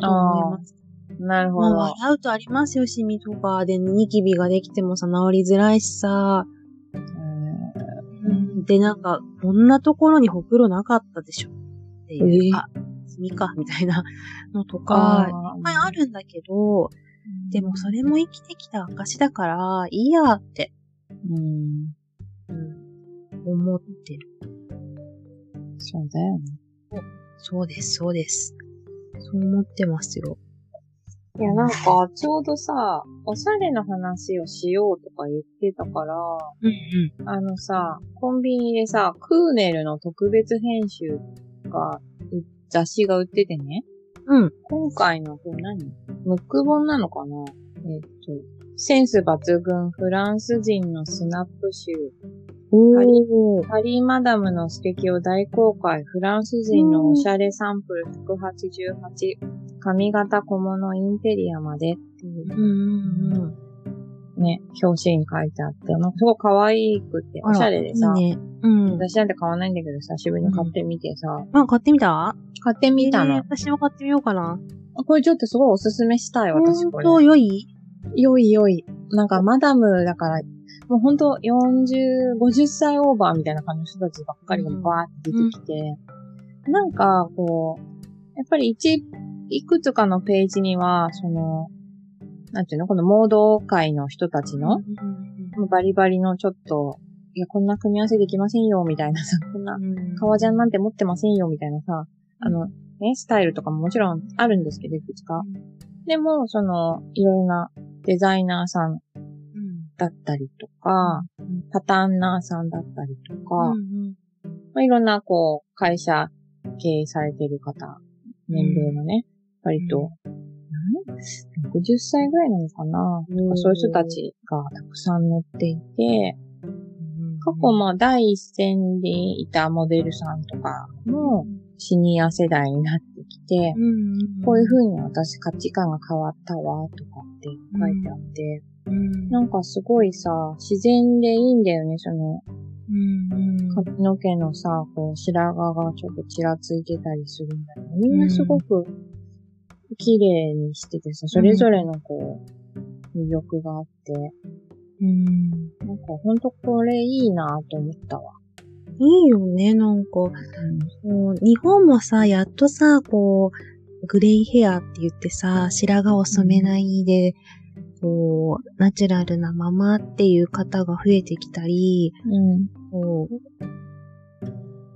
Speaker 2: あ
Speaker 1: ます。
Speaker 2: あ、なるほ
Speaker 1: まあ、
Speaker 2: ど。
Speaker 1: 笑うとありますよ、シミとか。で、ニキビができてもさ、治りづらいしさ。
Speaker 2: うん
Speaker 1: で、なんか、こんなところにほくろなかったでしょ。っていうか、シミか、みたいな のとか、いっ
Speaker 2: あー
Speaker 1: ぱいあるんだけど、でもそれも生きてきた証だから、いいやって、
Speaker 2: うん。
Speaker 1: うん、思ってる。
Speaker 2: そうだよね。
Speaker 1: そうです、そうです。そう思ってますよ。
Speaker 2: いや、なんか、ちょうどさ、おしゃれの話をしようとか言ってたから、
Speaker 1: うんうん。
Speaker 2: あのさ、コンビニでさ、クーネルの特別編集が、う雑誌が売っててね。
Speaker 1: うん。
Speaker 2: 今回の、これ何ムック本なのかなえっと、センス抜群フランス人のスナップ集、
Speaker 1: おー。
Speaker 2: パリーマダムの素敵を大公開、フランス人のおしゃれサンプル188、髪型小物インテリアまでっていう
Speaker 1: うんうんうん。
Speaker 2: ね、表紙に書いてあって、なんかすごい可愛くて、おしゃれでさ、
Speaker 1: いいね。うん。
Speaker 2: 私なんて買わないんだけど、久しぶりに買ってみてさ、
Speaker 1: まあ、買ってみた
Speaker 2: 買ってみた
Speaker 1: え
Speaker 2: の。
Speaker 1: ー私も買ってみようかな。
Speaker 2: これちょっとすごいおすすめしたい、私これ。
Speaker 1: 本当良い
Speaker 2: よいよい。なんかマダムだから、もうほんと40、50歳オーバーみたいな感じの人たちばっかりがバーって出てきて、なんかこう、やっぱり一、いくつかのページには、その、なんていうのこのモード界の人たちの、もうバリバリのちょっと、いや、こんな組み合わせできませんよ、みたいなさ、こんな革ジャンなんて持ってませんよ、みたいなさ、あの、ね、スタイルとかももちろんあるんですけど、いくつか。でも、その、いろいろなデザイナーさんだったりとか、パターンナーさんだったりとか、まあ、いろんな、こう、会社経営されてる方、年齢のね、割と、なん60歳ぐらいなのかな、
Speaker 1: うん
Speaker 2: まあそういう人たちがたくさん乗っていて、過去
Speaker 1: も、
Speaker 2: まあ第一線でいたモデルさんとかもシニア世代になってきて、
Speaker 1: うん
Speaker 2: こういう風に私価値観が変わったわとかって書いてあって、
Speaker 1: うん
Speaker 2: なんかすごいさ、自然でいいんだよね、その
Speaker 1: うんうん
Speaker 2: 髪の毛のさ、こう、白髪がちょっとちらついてたりするんだけど、みんなすごく綺麗にしててさ、それぞれのこう、魅力があって、
Speaker 1: うん
Speaker 2: なんかほんとこれいいなと思ったわ。
Speaker 1: いいよね、なんか。こう日本もさ、やっとさ、こう、グレイヘアって言ってさ、白髪を染めないで、こう、ナチュラルなままっていう方が増えてきたり、
Speaker 2: うん。
Speaker 1: こ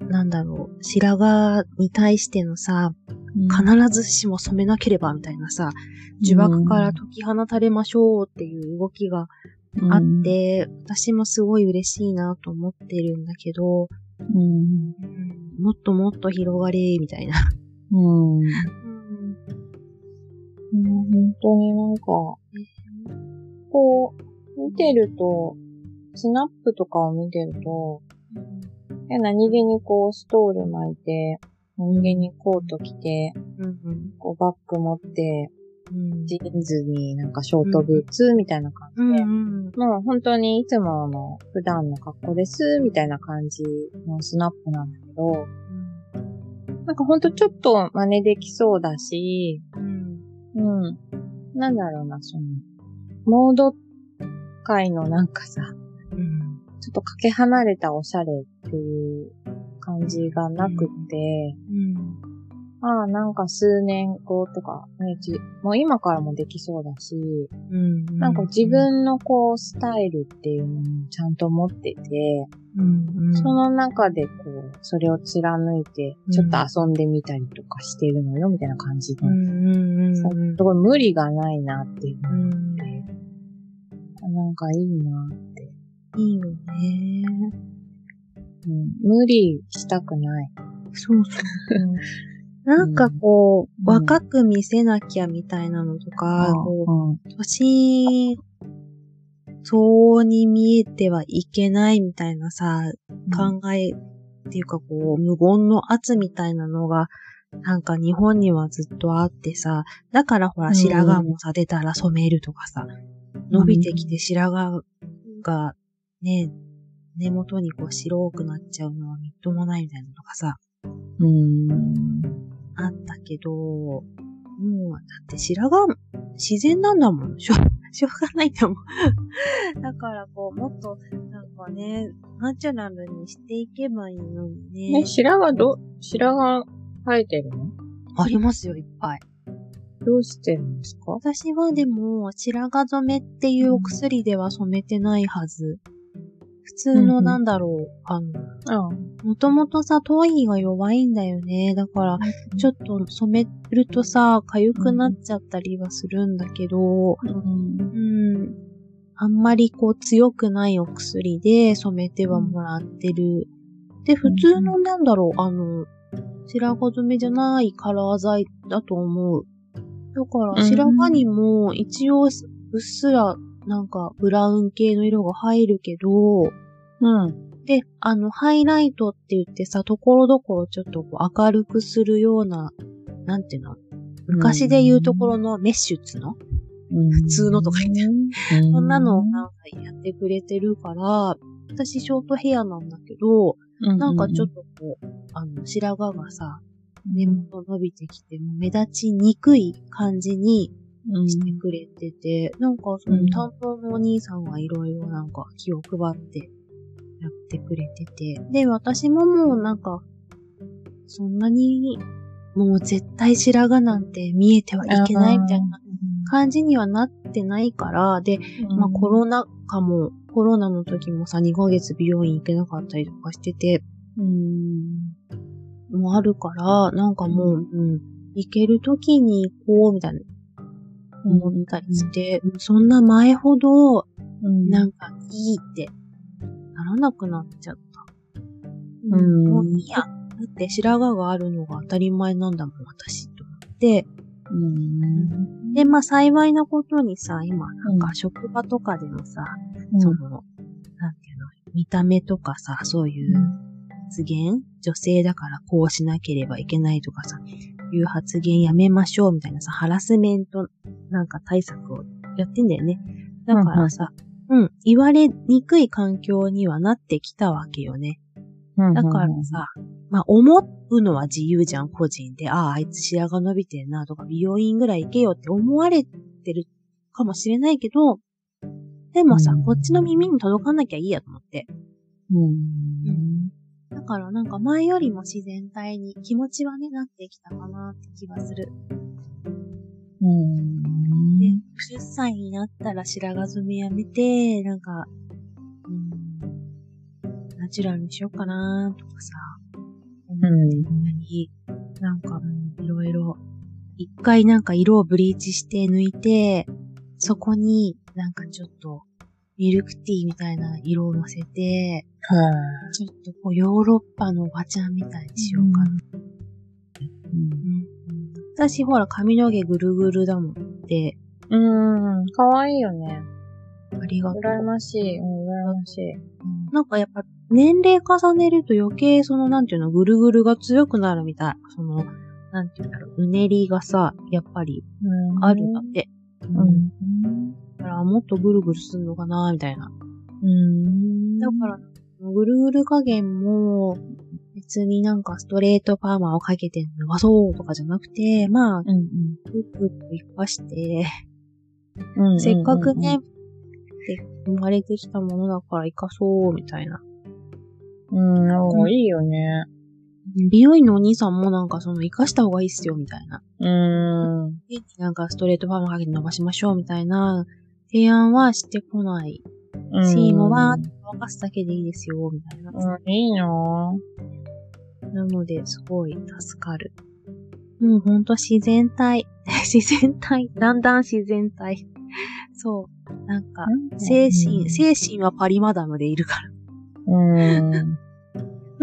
Speaker 1: う、なんだろう、白髪に対してのさ、必ずしも染めなければみたいなさ、呪縛から解き放たれましょうっていう動きがあっ、て、私もすごい嬉しいなと思ってるんだけど、
Speaker 2: うん。
Speaker 1: もっともっと広がれ、みたいな。
Speaker 2: うん。本当になんか、こう、見てると、スナップとかを見てると、で何気にこうストール巻いて、何気にコート着て、
Speaker 1: うんうん
Speaker 2: こうバッグ持って、
Speaker 1: うん
Speaker 2: ジーンズになんかショートブーツみたいな感じで、
Speaker 1: うん
Speaker 2: もう本当にいつもの普段の格好ですみたいな感じのスナップなんだけど、なんかほんとちょっと真似できそうだし、
Speaker 1: うん
Speaker 2: うん。なんだろうな、その、モード界のなんかさ、
Speaker 1: うん
Speaker 2: ちょっとかけ離れたおしゃれっていう感じがなくて、
Speaker 1: うん
Speaker 2: ああ、なんか数年後とか、ね、じもう今からもできそうだし、
Speaker 1: うん
Speaker 2: なんか自分のこう、スタイルっていうのをちゃんと持ってて、
Speaker 1: うん
Speaker 2: その中でこう、それを貫いて、ちょっと遊んでみたりとかしてるのよ、みたいな感じで
Speaker 1: う、んうんうん
Speaker 2: さすごい無理がないなっていう
Speaker 1: うん
Speaker 2: なんかいいな。
Speaker 1: いいよね。
Speaker 2: うん、無理したくない。
Speaker 1: そうそう。なんかこう、若く見せなきゃみたいなのとか、こ
Speaker 2: うん
Speaker 1: う年相応に見えてはいけないみたいなさ、考えっていうかこう、無言の圧みたいなのが、なんか日本にはずっとあってさ、だからほ
Speaker 2: うん
Speaker 1: ら白髪もさ、出たら染めるとかさ、伸びてきて白髪がね、根元にこう白くなっちゃうのはみっともないみたいなのとかさ、
Speaker 2: うん。
Speaker 1: あったけど、もう、だって白髪、自然なんだもん。 しょ、しょうがないんだもん。だからこう、も っと、なんかね、ナチュラルにしていけばいいのにね。
Speaker 2: ね、白髪ど、白髪生えてるの
Speaker 1: ありますよ、いっぱい。
Speaker 2: どうしてるんですか
Speaker 1: 私はでも、白髪染めっていうお薬では染めてないはず。普通
Speaker 2: うんう
Speaker 1: の
Speaker 2: ん
Speaker 1: なんだろう、あの、
Speaker 2: ああ。
Speaker 1: もともとさ、頭皮が弱いんだよね。だから、ちょっと染めるとさ、痒くなっちゃったりはするんだけど、
Speaker 2: うん。
Speaker 1: うん。あんまりこう強くないお薬で染めてはもらってる。で、普通のなんだろう、あの、白髪染めじゃないカラー剤だと思う。だから白髪にも一応うっすらなんかブラウン系の色が入るけど、
Speaker 2: うん。
Speaker 1: で、あの、ハイライトって言ってさ、ところどころちょっとこう明るくするような、なんていうの昔で言うところのメッシュっつうの
Speaker 2: 普
Speaker 1: 通のとか言って
Speaker 2: て
Speaker 1: そんなのを
Speaker 2: な
Speaker 1: なんかやってくれてるから、私ショートヘアなんだけど、なんかちょっと
Speaker 2: と、
Speaker 1: こう、あの、白髪がさ、根元伸びてきて、目立ちにくい感じに
Speaker 2: うん
Speaker 1: してくれてて、なんかその
Speaker 2: うん
Speaker 1: 担当のお兄さんがいろいろなんか気を配ってやってくれてて、で、私ももうなんか、そんなに、もう絶対白髪なんて見えてはいけないみたいな感じにはなってないから、で、
Speaker 2: うん
Speaker 1: まあコロナ禍も、コロナの時もさ、2ヶ月美容院行けなかったりとかしてて、
Speaker 2: うん。
Speaker 1: もあるから、なんかもう、うん、行ける時に行こう、みたいな思ったりして、そんな前ほど、
Speaker 2: うん
Speaker 1: なんかいいって、ならなくなっちゃった。
Speaker 2: うん
Speaker 1: もういいや。だって白髪があるのが当たり前なんだもん、私、と思って、
Speaker 2: うん。
Speaker 1: で、まあ幸いなことにさ、今、なん
Speaker 2: う
Speaker 1: か
Speaker 2: ん
Speaker 1: 職場とかでもさ、
Speaker 2: そ
Speaker 1: そうの、なんていうの、見た目とかさ、そういう発言、女性だからこうしなければいけないとかさ、いう発言やめましょうみたいなさ、ハラスメントなんか対策をやってんだよね。だからさ、うん、言われにくい環境にはなってきたわけよね。
Speaker 2: うん。
Speaker 1: だからさ、まあ、思うのは自由じゃん、個人で。ああ、あいつ白髪伸びてんなとか、美容院ぐらい行けよって思われてるかもしれないけど、でもさ、
Speaker 2: うん
Speaker 1: こっちの耳に届かなきゃいいやと思って。
Speaker 2: うん。
Speaker 1: だからなんか前よりも自然体に気持ちはね、なってきたかなって気がする。
Speaker 2: うん。
Speaker 1: で、10歳になったら白髪染めやめて、なんか、うん、ナチュラルにしようかなとかさ、
Speaker 2: うん。
Speaker 1: に、なんかもういろいろ、一回なんか色をブリーチして抜いて、そこになんかちょっとミルクティーみたいな色を乗せて、
Speaker 2: はい。
Speaker 1: ちょっとこうヨーロッパのおばちゃんみたいにしようかな。うん私ほら髪の毛ぐるぐるだもんって、
Speaker 2: うん。うん。かわいいよね。
Speaker 1: ありがと
Speaker 2: 羨
Speaker 1: う。
Speaker 2: ましい。うん、羨ましい。うん
Speaker 1: なんかやっぱ年齢重ねると余計そのなんていうのぐるぐるが強くなるみたい。その、なんていうんだろう、うねりがさ、やっぱりあるんだって。
Speaker 2: う
Speaker 1: うん
Speaker 2: ん。
Speaker 1: だからもっとぐるぐるすんのかなみたいな。
Speaker 2: うん。
Speaker 1: だから、ぐるぐる加減も、別になんかストレートパーマをかけて伸ばそうとかじゃなくて、まあ、
Speaker 2: うんうん。
Speaker 1: ぐるぐる生かして、
Speaker 2: うんうん
Speaker 1: せっかくね、って生まれてきたものだから生かそうみたいな。
Speaker 2: うん、なんかいいよね。
Speaker 1: 美容院のお兄さんもなんかその生かした方がいいっすよみたいな。
Speaker 2: うん。
Speaker 1: なんかストレートパーマかけて伸ばしましょうみたいな提案はしてこない。
Speaker 2: うん
Speaker 1: シーもわーって乾かすだけでいいですよみたいな。
Speaker 2: うん、いいなぁ。
Speaker 1: なので、すごい助かる。うん、ほんと自然体。 自然体。だんだん自然体。そう。なんか、精神、精神はパリマダムでいるから。
Speaker 2: うん。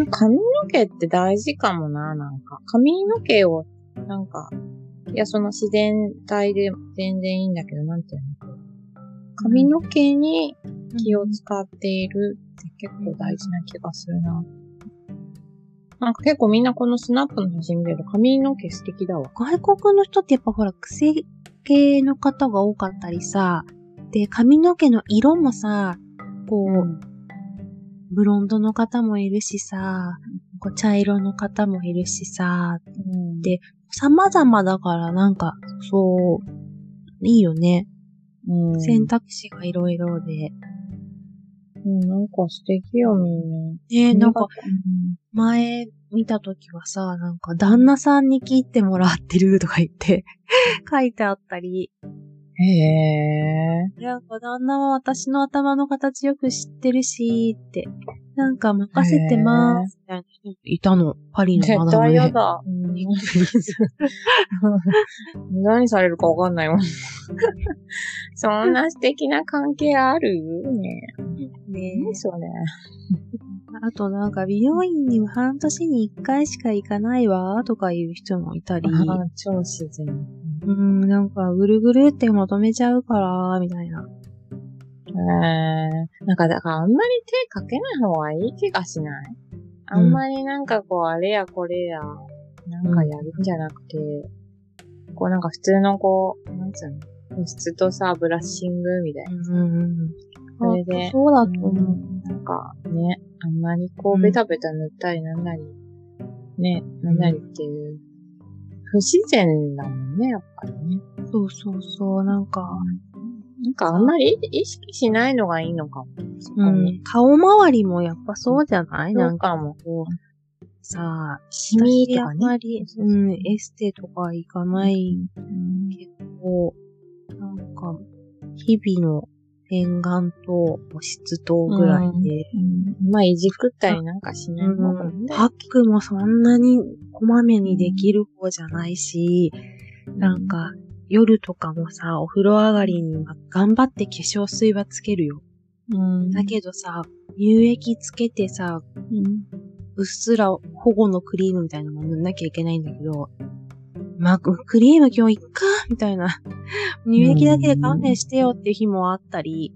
Speaker 2: 髪の毛って大事かもな、なんか。髪の毛を、なんか、いや、その自然体で全然いいんだけど、なんていうの髪の毛に気を使っているって結構大事な気がするな。なんか結構みんなこのスナップの写真見てると髪の毛素敵だわ。
Speaker 1: 外国の人ってやっぱほら、癖系の方が多かったりさ、で、髪の毛の色もさ、こう、ブロンドの方もいるしさ、こう茶色の方もいるしさ、
Speaker 2: うん
Speaker 1: で様々だからなんか、そう、いいよね。
Speaker 2: うん、
Speaker 1: 選択肢がいろいろで。
Speaker 2: うん、なんか素敵よ、みんな。
Speaker 1: ねえ、なんか、
Speaker 2: うん
Speaker 1: 前見た時はさ、なんか旦那さんに切ってもらってるとか言って 書いてあったり、
Speaker 2: へえ。
Speaker 1: なんか旦那は私の頭の形よく知ってるし、って、なんか任せてまーす、みたいな人いたの。パリのマ
Speaker 2: 絶
Speaker 1: ダム
Speaker 2: 対
Speaker 1: で。
Speaker 2: やだ。 何されるかわかんないもん。 そんな素敵な関係あるねえ。
Speaker 1: ね
Speaker 2: 何それ。
Speaker 1: あとなんか美容院には半年に一回しか行かないわ、とかいう人もいたり、
Speaker 2: ああ、超自然。
Speaker 1: うん、なんかぐるぐるってまとめちゃうから、みたいな。
Speaker 2: えー、なんか、だからあんまり手かけない方がいい気がしない。あんまりなんかこう、あれやこれや、なんかやるんじゃなくて、こうなんか普通のこう、なんつうの保湿とさ、ブラッシングみたいな。それで
Speaker 1: あそうだ
Speaker 2: う
Speaker 1: と思う。
Speaker 2: んなんかね、あんまりこ
Speaker 1: う
Speaker 2: う、
Speaker 1: ん
Speaker 2: ベタベタ塗ったりなんなり、ね、なんなりっていう、不自然だもんね、やっぱりね。
Speaker 1: そうそうそう、なんか、
Speaker 2: なんかあんまり意識しないのがいいのかも。そこ
Speaker 1: うん
Speaker 2: に。、
Speaker 1: 顔周りもやっぱそうじゃない、
Speaker 2: な
Speaker 1: なんんか
Speaker 2: かもう、
Speaker 1: さ、
Speaker 2: シミと
Speaker 1: あ
Speaker 2: か
Speaker 1: ん
Speaker 2: ね。
Speaker 1: まり、うん、エステとか行かないけど、なんか、日々の洗顔と保湿とぐらいで、
Speaker 2: うんまあ、いじくったりなんかしない方がいいんだよ
Speaker 1: パックもそんなにこまめにできる方じゃないし、なん、か、夜とかもさ、お風呂上がりに頑張って化粧水はつけるよ。
Speaker 2: うん
Speaker 1: だけどさ、乳液つけてさ、
Speaker 2: うん
Speaker 1: うっすら保護のクリームみたいなもの塗んなきゃいけないんだけど、まあ、クリーム今日いっか、みたいな。 乳液だけで勘弁してよっていう日もあったり、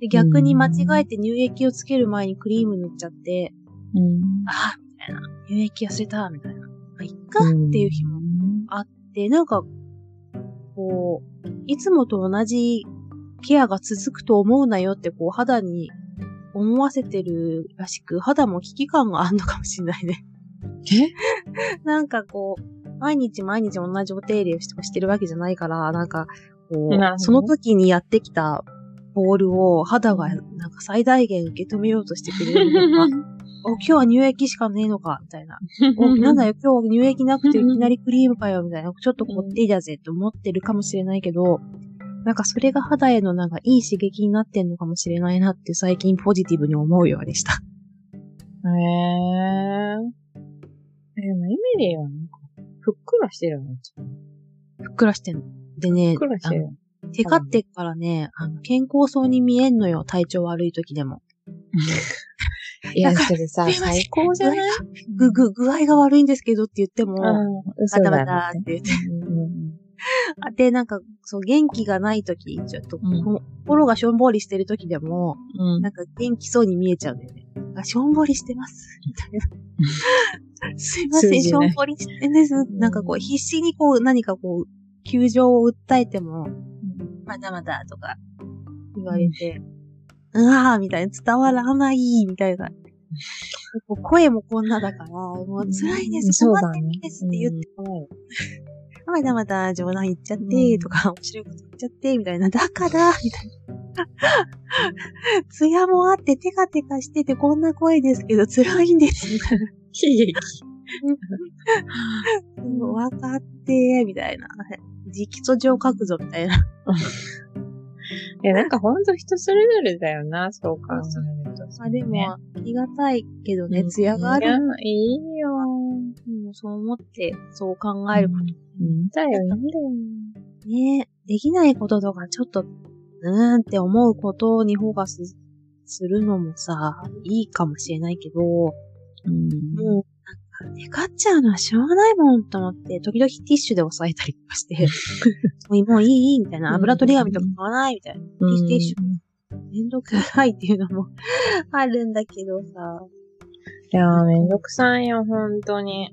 Speaker 1: で逆に間違えて乳液をつける前にクリーム塗っちゃって、
Speaker 2: うん。
Speaker 1: あーみたいな。乳液痩れた、みたいな。まあ、いっかっていう日もあって、なんか、こう、いつもと同じケアが続くと思うなよって、こう、肌に思わせてるらしく、肌も危機感があるのかもしれないね。
Speaker 2: え
Speaker 1: なんかこう、毎日毎日同じお手入れをしてしてるわけじゃないから、なんか、こ
Speaker 2: なるほどね
Speaker 1: う、その時にやってきたボールを肌がなんか最大限受け止めようとしてくれるのか、 お、今日は乳液しかねえのか、みたいな。お、なんだよ、今日乳液なくていきなりクリームかよ、みたいな、ちょっとこってりだぜって思ってるかもしれないけど、なんかそれが肌へのなんかいい刺激になってんのかもしれないなって最近ポジティブに思うようでした。
Speaker 2: へえー。でも、エミリーはなんか、ふっくらしてるのよ
Speaker 1: ふっくらしてんの。でね
Speaker 2: ふっくら、し
Speaker 1: あ
Speaker 2: て
Speaker 1: の
Speaker 2: る。
Speaker 1: テカってっからね、あの、健康そうに見えんのよ、体調悪い時でも。
Speaker 2: い
Speaker 1: だ
Speaker 2: や、
Speaker 1: から
Speaker 2: それさ、
Speaker 1: すいません
Speaker 2: 最高じゃない
Speaker 1: ぐ、ぐ、具合が悪いんですけどって言っても、
Speaker 2: う
Speaker 1: ま
Speaker 2: ん、嘘
Speaker 1: た
Speaker 2: だ
Speaker 1: またっ
Speaker 2: って
Speaker 1: 言
Speaker 2: て。
Speaker 1: って。
Speaker 2: うんうん
Speaker 1: あで、なんか、そう、元気がない時、ちょっと、
Speaker 2: うん
Speaker 1: こ心がしょんぼりしてる時でも、
Speaker 2: うん
Speaker 1: なんか元気そうに見えちゃうんだよね。あ、しょんぼりしてます。みたいな。 すいませ
Speaker 2: 通
Speaker 1: ん、
Speaker 2: じ
Speaker 1: し
Speaker 2: な
Speaker 1: ょ
Speaker 2: い
Speaker 1: んぼりしてんです。
Speaker 2: ん
Speaker 1: なんかこう、必死にこう、何かこう、窮状を訴えても、
Speaker 2: うん
Speaker 1: まだまだとか言われて、うわーみたいな、伝わらない、みたいな。こう声もこんなだから、もう辛いです、
Speaker 2: そう
Speaker 1: 困
Speaker 2: だ
Speaker 1: って
Speaker 2: ね
Speaker 1: るんですって言って、
Speaker 2: うん
Speaker 1: まだまだ冗談言っちゃっ
Speaker 2: う
Speaker 1: て、
Speaker 2: ん
Speaker 1: とか、面白いこと言っちゃって、みたいな。だから、 みたいな。ツヤもあって、テカテカしてて、こんな声ですけど、辛いんです、みたいな。
Speaker 2: 悲劇。
Speaker 1: もうわかって、みたいな。直訴状書くぞ、みたいな。
Speaker 2: いや、なんかほんと人それぞれだよな、そう考えると。
Speaker 1: まあでも、
Speaker 2: ね
Speaker 1: ありがたいけどね、
Speaker 2: うん
Speaker 1: ツヤがある。
Speaker 2: いや、いいよ。
Speaker 1: もうそう思って、そう考えるこ
Speaker 2: うん、だよ、いいんだよ。
Speaker 1: とね。できないこととか、ちょっと、うーんって思うことにフォーカスするのもさ、いいかもしれないけど、
Speaker 2: うん。
Speaker 1: もう、なんか、テカっちゃうのはしょうがないもんと思って、時々ティッシュで押さえたりとかして、 もうもういい、いい、みたいな。油取り紙とか買わない、みたいな。
Speaker 2: うん
Speaker 1: ティッシめんどくさいっていうの もあるんだけどさ。
Speaker 2: いやー、めんどくさいよ、ほんとに。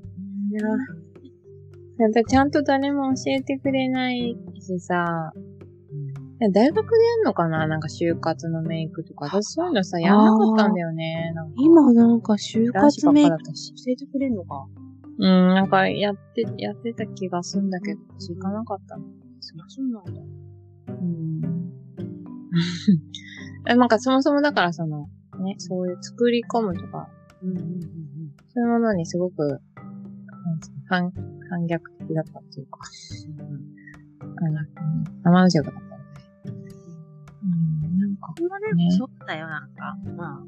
Speaker 2: いやー、なんかちゃんと誰も教えてくれないしさ、いや大学でやんのかななんか就活のメイクとか。私そういうのさ、やんなかったんだよね。なんか
Speaker 1: 今なんか就
Speaker 2: 男子
Speaker 1: 活
Speaker 2: ばっ
Speaker 1: メイ
Speaker 2: か
Speaker 1: ク
Speaker 2: だっ
Speaker 1: 教
Speaker 2: たし。
Speaker 1: えてくれるのか。
Speaker 2: うん、なんかやって、やってた気がするんだけど、私行かなかったの。
Speaker 1: そりゃそうなんだ。
Speaker 2: うん。 えなんかそもそもだからその、ね、そういう作り込むとか、
Speaker 1: うんうんうん
Speaker 2: そういうものにすごく、なんつうの反、反逆的だったっていうか、あの、生の強かったので。うん、なんか、
Speaker 1: これはでもそうだよ、なんか。まあ、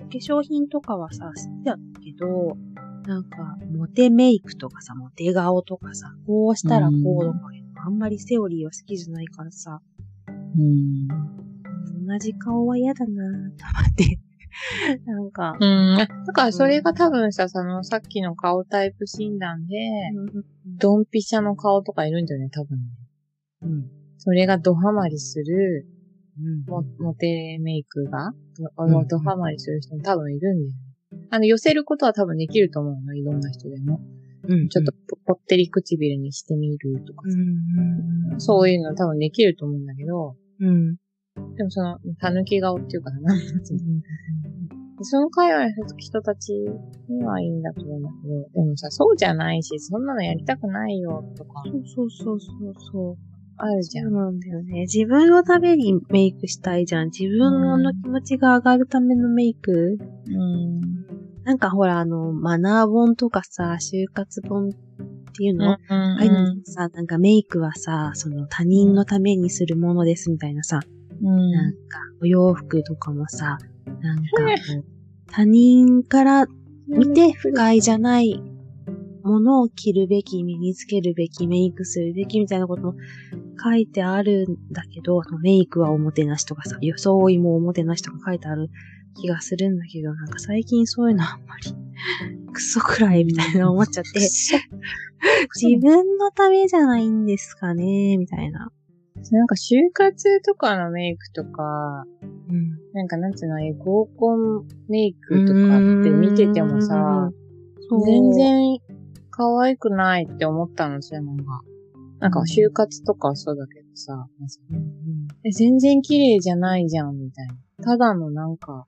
Speaker 1: お化粧品とかはさ、好きだけど、なんか、モテメイクとかさ、モテ顔とかさ、こうしたらこうとか、あんまりセオリーは好きじゃないからさ、
Speaker 2: うん。
Speaker 1: 同じ顔は嫌だな ぁと思って。なんか、
Speaker 2: うん、だからそれが多分さ、その、さっきの顔タイプ診断で、ドンピシャの顔とかいるんだよね、多分。
Speaker 1: うん。
Speaker 2: それがドハマりする、
Speaker 1: うん
Speaker 2: モモテメイクが、ど
Speaker 1: うん
Speaker 2: ドハマりする人も多分いるんだよね。あの、寄せることは多分できると思うの、いろんな人でも。
Speaker 1: うん
Speaker 2: ちょっと、ぽぽってり唇にしてみるとか
Speaker 1: う
Speaker 2: さ、
Speaker 1: ん。
Speaker 2: そういうの多分できると思うんだけど、
Speaker 1: うん。
Speaker 2: でもその、たぬき顔っていうかな、 その界隈の人たちにはいいんだと思うんだけど、でもさ、そうじゃないし、そんなのやりたくないよとか、
Speaker 1: そうそうそうそうそう。
Speaker 2: あるじゃ。
Speaker 1: そうんなんだよね。自分のためにメイクしたいじゃん。自分の気持ちが上がるためのメイク。
Speaker 2: うん。
Speaker 1: なんかほら、あの、マナー本とかさ、就活本っていうの、あ
Speaker 2: うん
Speaker 1: あいうのにさ、なんかメイクはさ、その他人のためにするものですみたいなさ、
Speaker 2: うん
Speaker 1: なんかお洋服とかもさ、なんかこう、他人から見て不快じゃないものを着るべき、身につけるべき、メイクするべきみたいなことも書いてあるんだけど、そのメイクはおもてなしとかさ、装いもおもてなしとか書いてある気がするんだけど、なんか最近そういうのあんまり、クソくらいみたいな思っちゃ って、自分のためじゃないんですかね、みたいな。
Speaker 2: なんか就活とかのメイクとか、
Speaker 1: うん。
Speaker 2: なんかなんつうの、え合コンメイクとかって見ててもさ、
Speaker 1: そう、
Speaker 2: 全然可愛くないって思ったの、そういうのが。なんか就活とかはそうだけどさ、
Speaker 1: うんうん、
Speaker 2: え全然綺麗じゃないじゃん、みたいな。ただのなんか、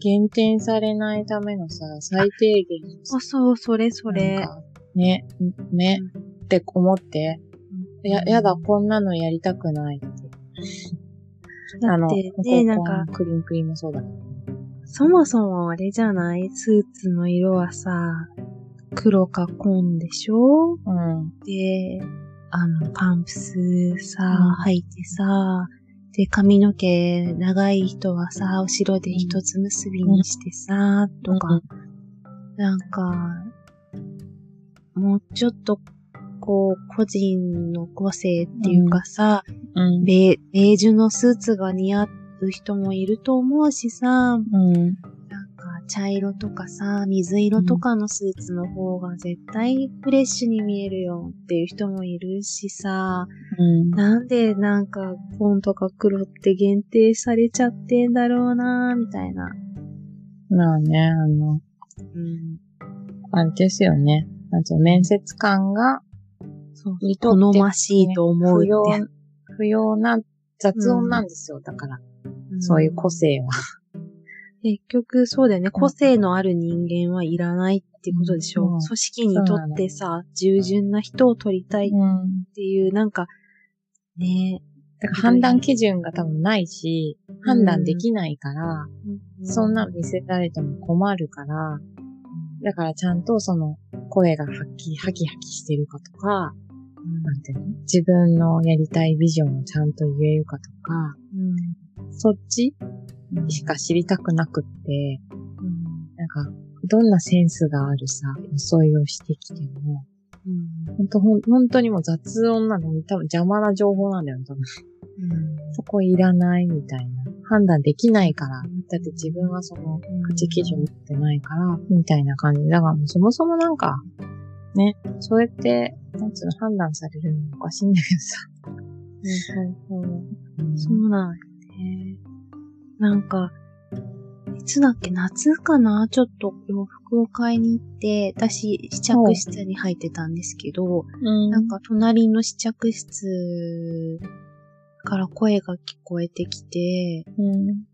Speaker 2: 減点されないためのさ、最低限のさ
Speaker 1: あ、そう、それそ
Speaker 2: なん
Speaker 1: れ。
Speaker 2: かね、ね、って思って、や、やだ、こんなのやりたくないって。
Speaker 1: だ
Speaker 2: あの、
Speaker 1: って
Speaker 2: こ
Speaker 1: ね、
Speaker 2: こ
Speaker 1: なんか、
Speaker 2: クリンクリンもそうだけど。
Speaker 1: そもそもあれじゃないスーツの色はさ、黒か紺でしょ
Speaker 2: うん。
Speaker 1: で、あの、パンプス
Speaker 2: うん
Speaker 1: さ、履いてさ、で、髪の毛長い人はさ、後ろで一つ結びにしてさ、とか、なんか、もうちょっと、こう、個人の個性っていうかさ、
Speaker 2: うん。
Speaker 1: ベベージュのスーツが似合う人もいると思うしさ、
Speaker 2: うん。
Speaker 1: なんか茶色とかさ、水色とかのスーツの方が絶対フレッシュに見えるよっていう人もいるしさ、
Speaker 2: うん。
Speaker 1: なんでなんか紺とか黒って限定されちゃってんだろうなみたいな。
Speaker 2: まあね、あ
Speaker 1: う
Speaker 2: の、
Speaker 1: ん。
Speaker 2: あれですよね。なんつうの面接官が
Speaker 1: そう。
Speaker 2: にと
Speaker 1: 好
Speaker 2: って
Speaker 1: ましいと思う
Speaker 2: 不要
Speaker 1: って。、
Speaker 2: 不要な雑音なんですよ。だから、そういう個
Speaker 1: 性。
Speaker 2: 性は。
Speaker 1: 結局そうだよね。個性のある人間はいらないってことでしょ。
Speaker 2: うん
Speaker 1: 組織にとってさ、従順な人を取りたいっ
Speaker 2: うん。
Speaker 1: ていう、なんか、ね
Speaker 2: だから判断基準が多分ないし、判断できないから、そんなの見せられても困るから、だからちゃんとその声がはっきり、ハキハキしてるかとか、なんていうの自分のやりたいビジョンをちゃんと言えるかとか、
Speaker 1: うん
Speaker 2: そっちしか知りたくなくって、なんか、どんなセンスがあるさ、装いをしてきても、ほんとほん、本当にもう雑音なのに多分邪魔な情報なんだよね、多分。そこいらないみたいな。判断できないから。だって自分はその、口基準持ってないから、みたいな感じ。だからもうそもそもなんか、ね、そうやって、なんつうの、判断されるのおかしいんだけどさ。
Speaker 1: そうなんよね。なんか、いつだっけ夏かなちょっと洋服を買いに行って、私試着室に入ってたんですけど、
Speaker 2: うん
Speaker 1: なん、か隣の試着室から声が聞こえてきて、
Speaker 2: うん。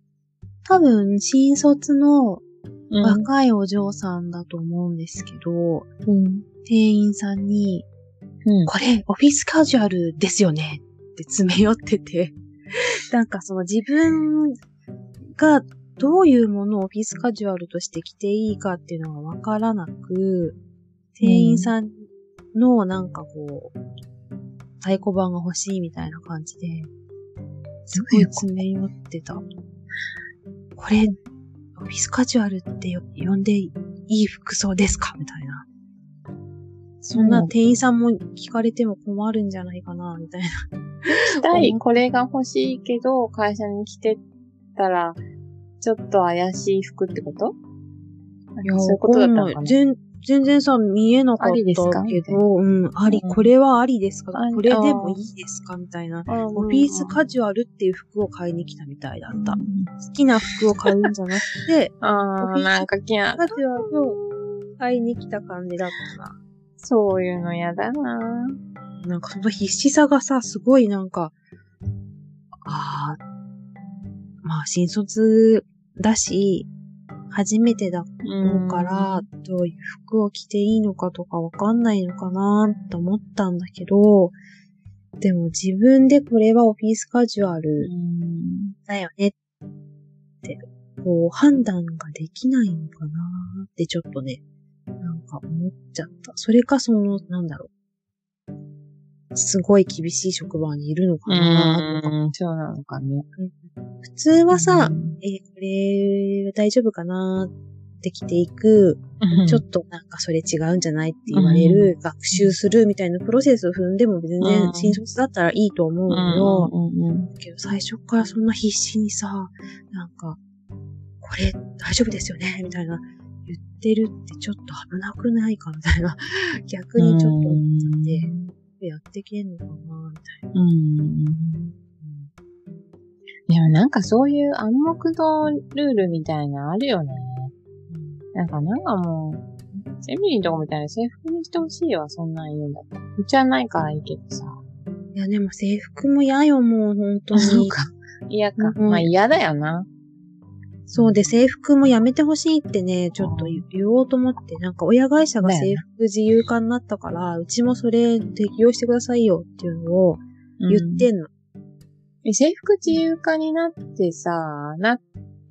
Speaker 1: 多分新卒の
Speaker 2: うん。
Speaker 1: 若いお嬢さんだと思うんですけど、
Speaker 2: うん。
Speaker 1: 店員さんに、
Speaker 2: うん。
Speaker 1: これ、オフィスカジュアルですよねって詰め寄ってて、 なんかその自分がどういうものをオフィスカジュアルとして着ていいかっていうのがわからなく、店員さんのなんかこう、太鼓判が欲しいみたいな感じで、すごい詰め寄ってた。これ、オフィスカジュアルってよ呼んでいい服装ですかみたいな。そんな店員さんも聞かれても困るんじゃないかな、みたいな。
Speaker 2: 着たい、これが欲しいけど、会社に着てったら、ちょっと怪しい服ってことそういうことだったのかな
Speaker 1: 全全然さ、見えなかっ
Speaker 2: ありです
Speaker 1: た
Speaker 2: か
Speaker 1: けど、うん、あり、
Speaker 2: うん
Speaker 1: これはありですか
Speaker 2: あり
Speaker 1: これでもいいですかみたいな。オフィスカジュアルっていう服を買いに来たみたいだった。好きな服を買うんじゃなく て、
Speaker 2: ああ、なんかきや、
Speaker 1: カジュアルを買いに来た感じだったな。
Speaker 2: そういうの嫌だな
Speaker 1: なんかその必死さがさ、すごいなんか、ああ、まあ新卒だし、初めてだ
Speaker 2: う
Speaker 1: 思うから、どういう服を着ていいのかとかわかんないのかなと思ったんだけど、でも自分でこれはオフィスカジュアル
Speaker 2: うん
Speaker 1: だよねって、こう判断ができないのかなってちょっとね、なんか思っちゃった。それかその、なんだろう。すごい厳しい職場にいるのかなとか。
Speaker 2: うん、そうなのかね。
Speaker 1: 普通はさ
Speaker 2: う、ん
Speaker 1: えーこれ大丈夫かなってきていく、ちょっ
Speaker 2: と
Speaker 1: となんかそれ違うんじゃないって言われる、学習するみたいなプロセスを踏んでも全
Speaker 2: う
Speaker 1: 然
Speaker 2: ん
Speaker 1: 新卒だったらいいと思う
Speaker 2: うん
Speaker 1: だけど、
Speaker 2: んうん
Speaker 1: けど最初からそんな必死にさ、なんか、これ大丈夫ですよねみたいな言ってるってちょっと危なくないかみたいな。 逆にちょっと思っちゃって、やってけんのかなみたい
Speaker 2: うん。でもなんかそういう暗黙のルールみたいなのあるよね。なんかなんかもう、セミリンとかみたいな制服にしてほしいわ、そんなん言うんだったら。うちはないからいいけどさ。
Speaker 1: な。いや、でも制服も嫌よ、もう本当に。
Speaker 2: そうか。嫌か。
Speaker 1: うん
Speaker 2: まあ嫌だよな。
Speaker 1: そうで、制服もやめてほしいってね、ちょっと言言おうと思って、なんか親会社が
Speaker 2: だよね
Speaker 1: 制服自由化になったから、うちもそれ適用してくださいよっていうのを言っ
Speaker 2: うん
Speaker 1: てんの。
Speaker 2: え制服自由化になってさ、なっ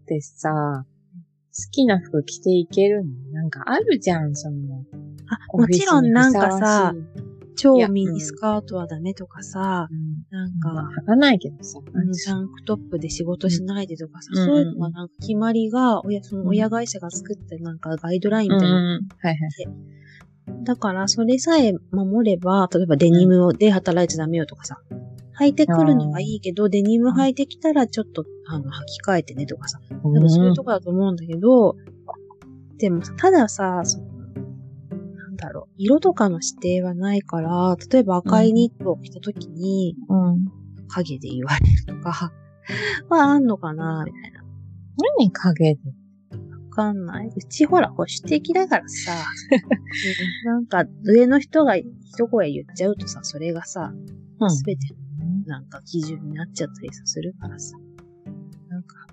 Speaker 2: てさ、好きな服着ていけるのなんかあるじゃん、その。
Speaker 1: あ、もちろんなんかさ、
Speaker 2: オフィスにふ
Speaker 1: 超
Speaker 2: いや
Speaker 1: ミニスカートはダメとかさ、
Speaker 2: さわしい、うん
Speaker 1: なん
Speaker 2: まあ
Speaker 1: か、
Speaker 2: 履かないけどさ。
Speaker 1: うんタンクトップで仕事しないでとかさ、
Speaker 2: うん
Speaker 1: そういうのはなんか決まりが、親、その親会社が作ったなんかガイドラインみたいなのが
Speaker 2: はいはい。
Speaker 1: だから、それさえ守れば、例えばデニムをで働いちゃダメよとかさ、履いてくるのはいいけど、デニム履いてきたらちょっと、あの、履き替えてねとかさ、多分そういうとこだと思うんだけど、でもさ、たださ、そのなんだろう、色とかの指定はないから、例えば赤いニットを着た時に、
Speaker 2: うん。
Speaker 1: 影で言われるとか、 はあんのかなみたいな。
Speaker 2: 何影で
Speaker 1: わかんないうちほら保守的だからさ、うんなんか上の人が一声言っちゃうとさ、それがさ、
Speaker 2: うん
Speaker 1: すべてなんか基準になっちゃったりさするからさ、なんか、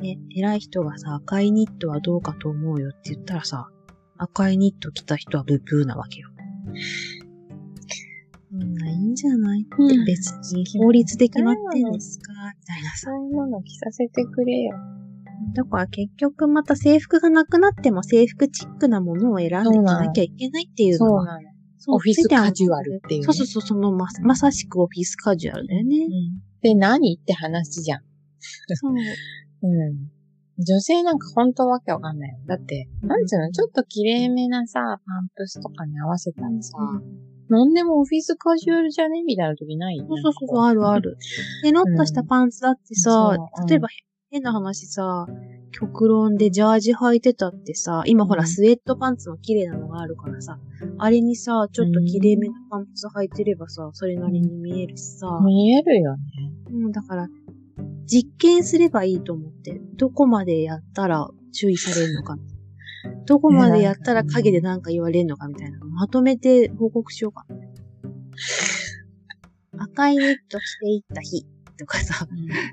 Speaker 1: ね、偉い人がさ、赤いニットはどうかと思うよって言ったらさ、赤いニット着た人はブブーなわけよ。そんないいんじゃないって
Speaker 2: うん
Speaker 1: 別に法律で決まってんですかみたいなさ。
Speaker 2: そういうもの着させてくれよ。
Speaker 1: だから結局また制服がなくなっても制服チックなものを選んでいかなきゃいけないっていうのは。
Speaker 2: なの。
Speaker 1: そう
Speaker 2: オフィスカジュアルっていうね
Speaker 1: そうそうそう、そのま、まさしくオフィスカジュアルだよね。
Speaker 2: で、何って話じゃん。
Speaker 1: そう。
Speaker 2: うん。女性なんか本当わけわかんないよ。だって、なんつうの、ちょっと綺麗めなさ、パンプスとかに合わせたらさ、なんでもオフィスカジュアルじゃねみたいな時ない
Speaker 1: そうそうそうそう、
Speaker 2: う。
Speaker 1: あるある。で、ノッとしたパンツだってさ、
Speaker 2: そううん
Speaker 1: 例えば変な話さ、極論でジャージ履いてたってさ、今ほ
Speaker 2: う
Speaker 1: ら
Speaker 2: ん
Speaker 1: スウェットパンツも綺麗なのがあるからさ、あれにさ、ちょっと綺麗めなパンツ履いてればさ、それなりに見えるしさ、
Speaker 2: 見えるよね。
Speaker 1: うん、だから、実験すればいいと思って、どこまでやったら注意されるの か。どこまでやったら陰で何か言われるのかみたいなのをまとめて報告しよう かな。赤いニット着ていった日とかさ、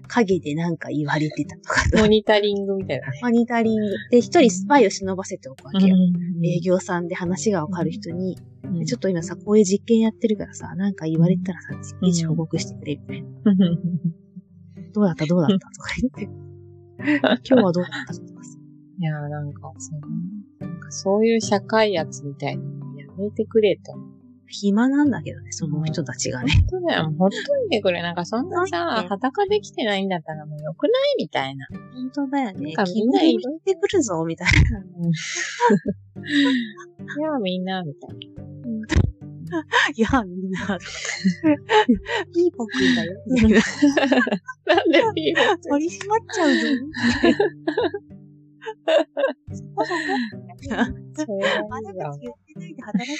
Speaker 1: 陰で何か言われてたとか
Speaker 2: モ
Speaker 1: さ、
Speaker 2: ニタリングみたいなね。
Speaker 1: マニタリング。で、一人スパイを忍ばせておくわけよ。営
Speaker 2: 営
Speaker 1: 業さんで話がわかる人に、
Speaker 2: 業
Speaker 1: ちょっと今さ、こういう実験やってるからさ、なんか言われたらさ、実験報告してくれ、みたいな。
Speaker 2: い
Speaker 1: どうだったどうだったとか言 って。今日はどうだったとかさ。
Speaker 2: や、なんか、その、なんかそういう社会圧みたいなのやめてくれと。
Speaker 1: 暇なんだけどね、その人たちがね。
Speaker 2: 本当だよ、ほっといてくれ。なんかそんなさ、裸できてないんだったらもう良くないみたいな。
Speaker 1: 本当だよね。
Speaker 2: なんかみ
Speaker 1: 君
Speaker 2: んな
Speaker 1: が言
Speaker 2: いる
Speaker 1: ってくるぞ、みたいな。
Speaker 2: いや、みんな、みたい
Speaker 1: いや、みんな。ピーポくんだよ。
Speaker 2: な。なんでピーボって
Speaker 1: 取り締まっちゃうぞ。あないたち言って
Speaker 2: それはいわ
Speaker 1: ないで働い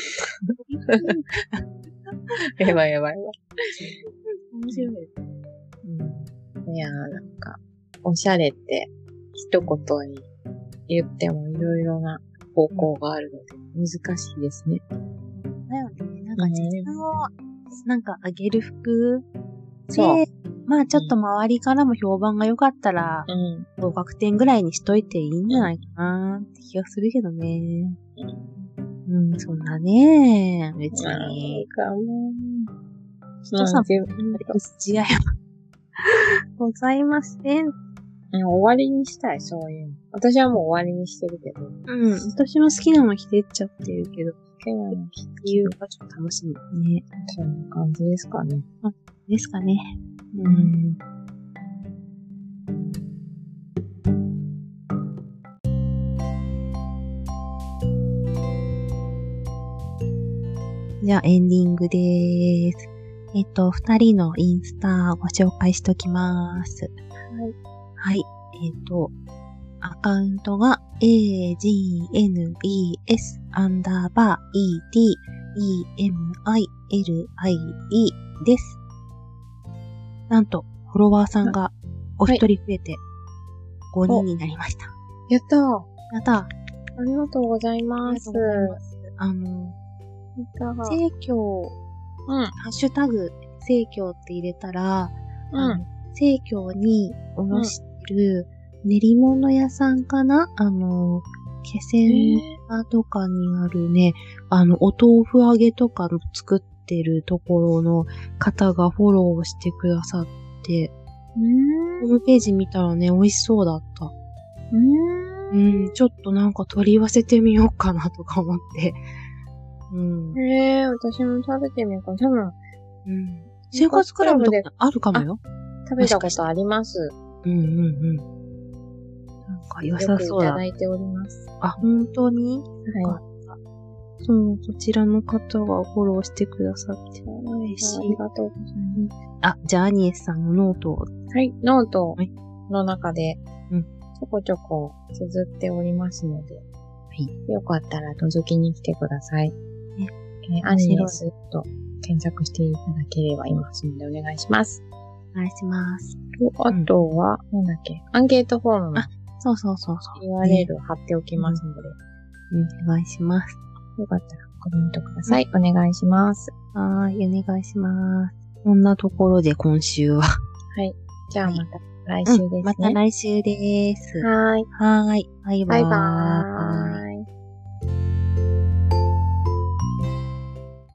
Speaker 1: て
Speaker 2: やばいやばいやばい。
Speaker 1: 面白いよね。
Speaker 2: うんいやー、なんか、おしゃれって、一言に言ってもいろいろな方向があるので、難しいですね。
Speaker 1: だよね。なんか自分を、なんかあげる服
Speaker 2: そう
Speaker 1: で、まあちょっと周りからも評判が良かったら、
Speaker 2: うん。
Speaker 1: 合格点ぐらいにしといていいんじゃないかなって気がするけどね。うん、そんなね別
Speaker 2: なん
Speaker 1: に。
Speaker 2: かもう、
Speaker 1: 人様
Speaker 2: 全
Speaker 1: 筋合いはございません。
Speaker 2: 終わりにしたい、そういうの。私はもう終わりにしてるけど。
Speaker 1: うん、私も好きなの着てっちゃってるけど、
Speaker 2: けなの
Speaker 1: 理由がちょっと楽しみだね。
Speaker 2: そんな感じですかね。
Speaker 1: ですかね。
Speaker 2: う
Speaker 1: うん。じゃあエンディングです。えっと、二人のインスタご紹介しときます。はい。はい。えっと、アカウントが agnes アンダーバー etemile です。なんと、フォロワーさんがお一人増えて5人になりました。
Speaker 2: やったーあ
Speaker 1: やったー
Speaker 2: りがとうござ
Speaker 1: あ
Speaker 2: い
Speaker 1: り
Speaker 2: ま
Speaker 1: がと
Speaker 2: す。
Speaker 1: うございます。あの、
Speaker 2: やったー
Speaker 1: 生協、
Speaker 2: うん。
Speaker 1: ハッシュタグ、生協って入れたら、
Speaker 2: う
Speaker 1: あ
Speaker 2: ん。
Speaker 1: の生協におろしてる練り物屋さんかなあの、気仙
Speaker 2: え
Speaker 1: 沼とかにあるね、あの、お豆腐揚げとかの作ってるところの方がフォローしてくださって、ホームページ見たらね、美味しそうだった。
Speaker 2: ー、う
Speaker 1: う
Speaker 2: ーん。
Speaker 1: ん、ちょっとなんか取り寄せてみようかなとか思って。 うん。
Speaker 2: えー、私も食べてみようかな。多分、
Speaker 1: うん生活クラブとかあるかもよ。
Speaker 2: 食べたことあります。
Speaker 1: うんうんうん。なんか良
Speaker 2: よ
Speaker 1: さ
Speaker 2: くい
Speaker 1: そう
Speaker 2: た
Speaker 1: だ
Speaker 2: だ。いております。は
Speaker 1: あ、本当に
Speaker 2: い。
Speaker 1: その、そちらの方がフォローしてくださって。嬉し
Speaker 2: あ
Speaker 1: い
Speaker 2: り。がとうございま
Speaker 1: あ、じゃあアニエスさんのノートを。
Speaker 2: す。はい。ノート
Speaker 1: はい
Speaker 2: の中で
Speaker 1: うん、
Speaker 2: ちょこちょこ綴っておりますので、
Speaker 1: い
Speaker 2: よかったら覗きに来てください。
Speaker 1: ね
Speaker 2: えーアニメスと検索していただければいますのでお願いします。
Speaker 1: お願いします。
Speaker 2: とあとは、なんだっけ、アンケートフォームの
Speaker 1: あそうそうそうそ
Speaker 2: URL を貼っておきますので、
Speaker 1: う。うんお願いします。
Speaker 2: よかったらコメントください。お願いします。
Speaker 1: はーい、お願いします。こんなところで今週は。
Speaker 2: じゃあまた来週です
Speaker 1: う
Speaker 2: ね。
Speaker 1: んまた来週です。
Speaker 2: はーい。
Speaker 1: はーい。バイバ
Speaker 2: バ
Speaker 1: ー
Speaker 2: イ
Speaker 1: イ。
Speaker 2: バーイ。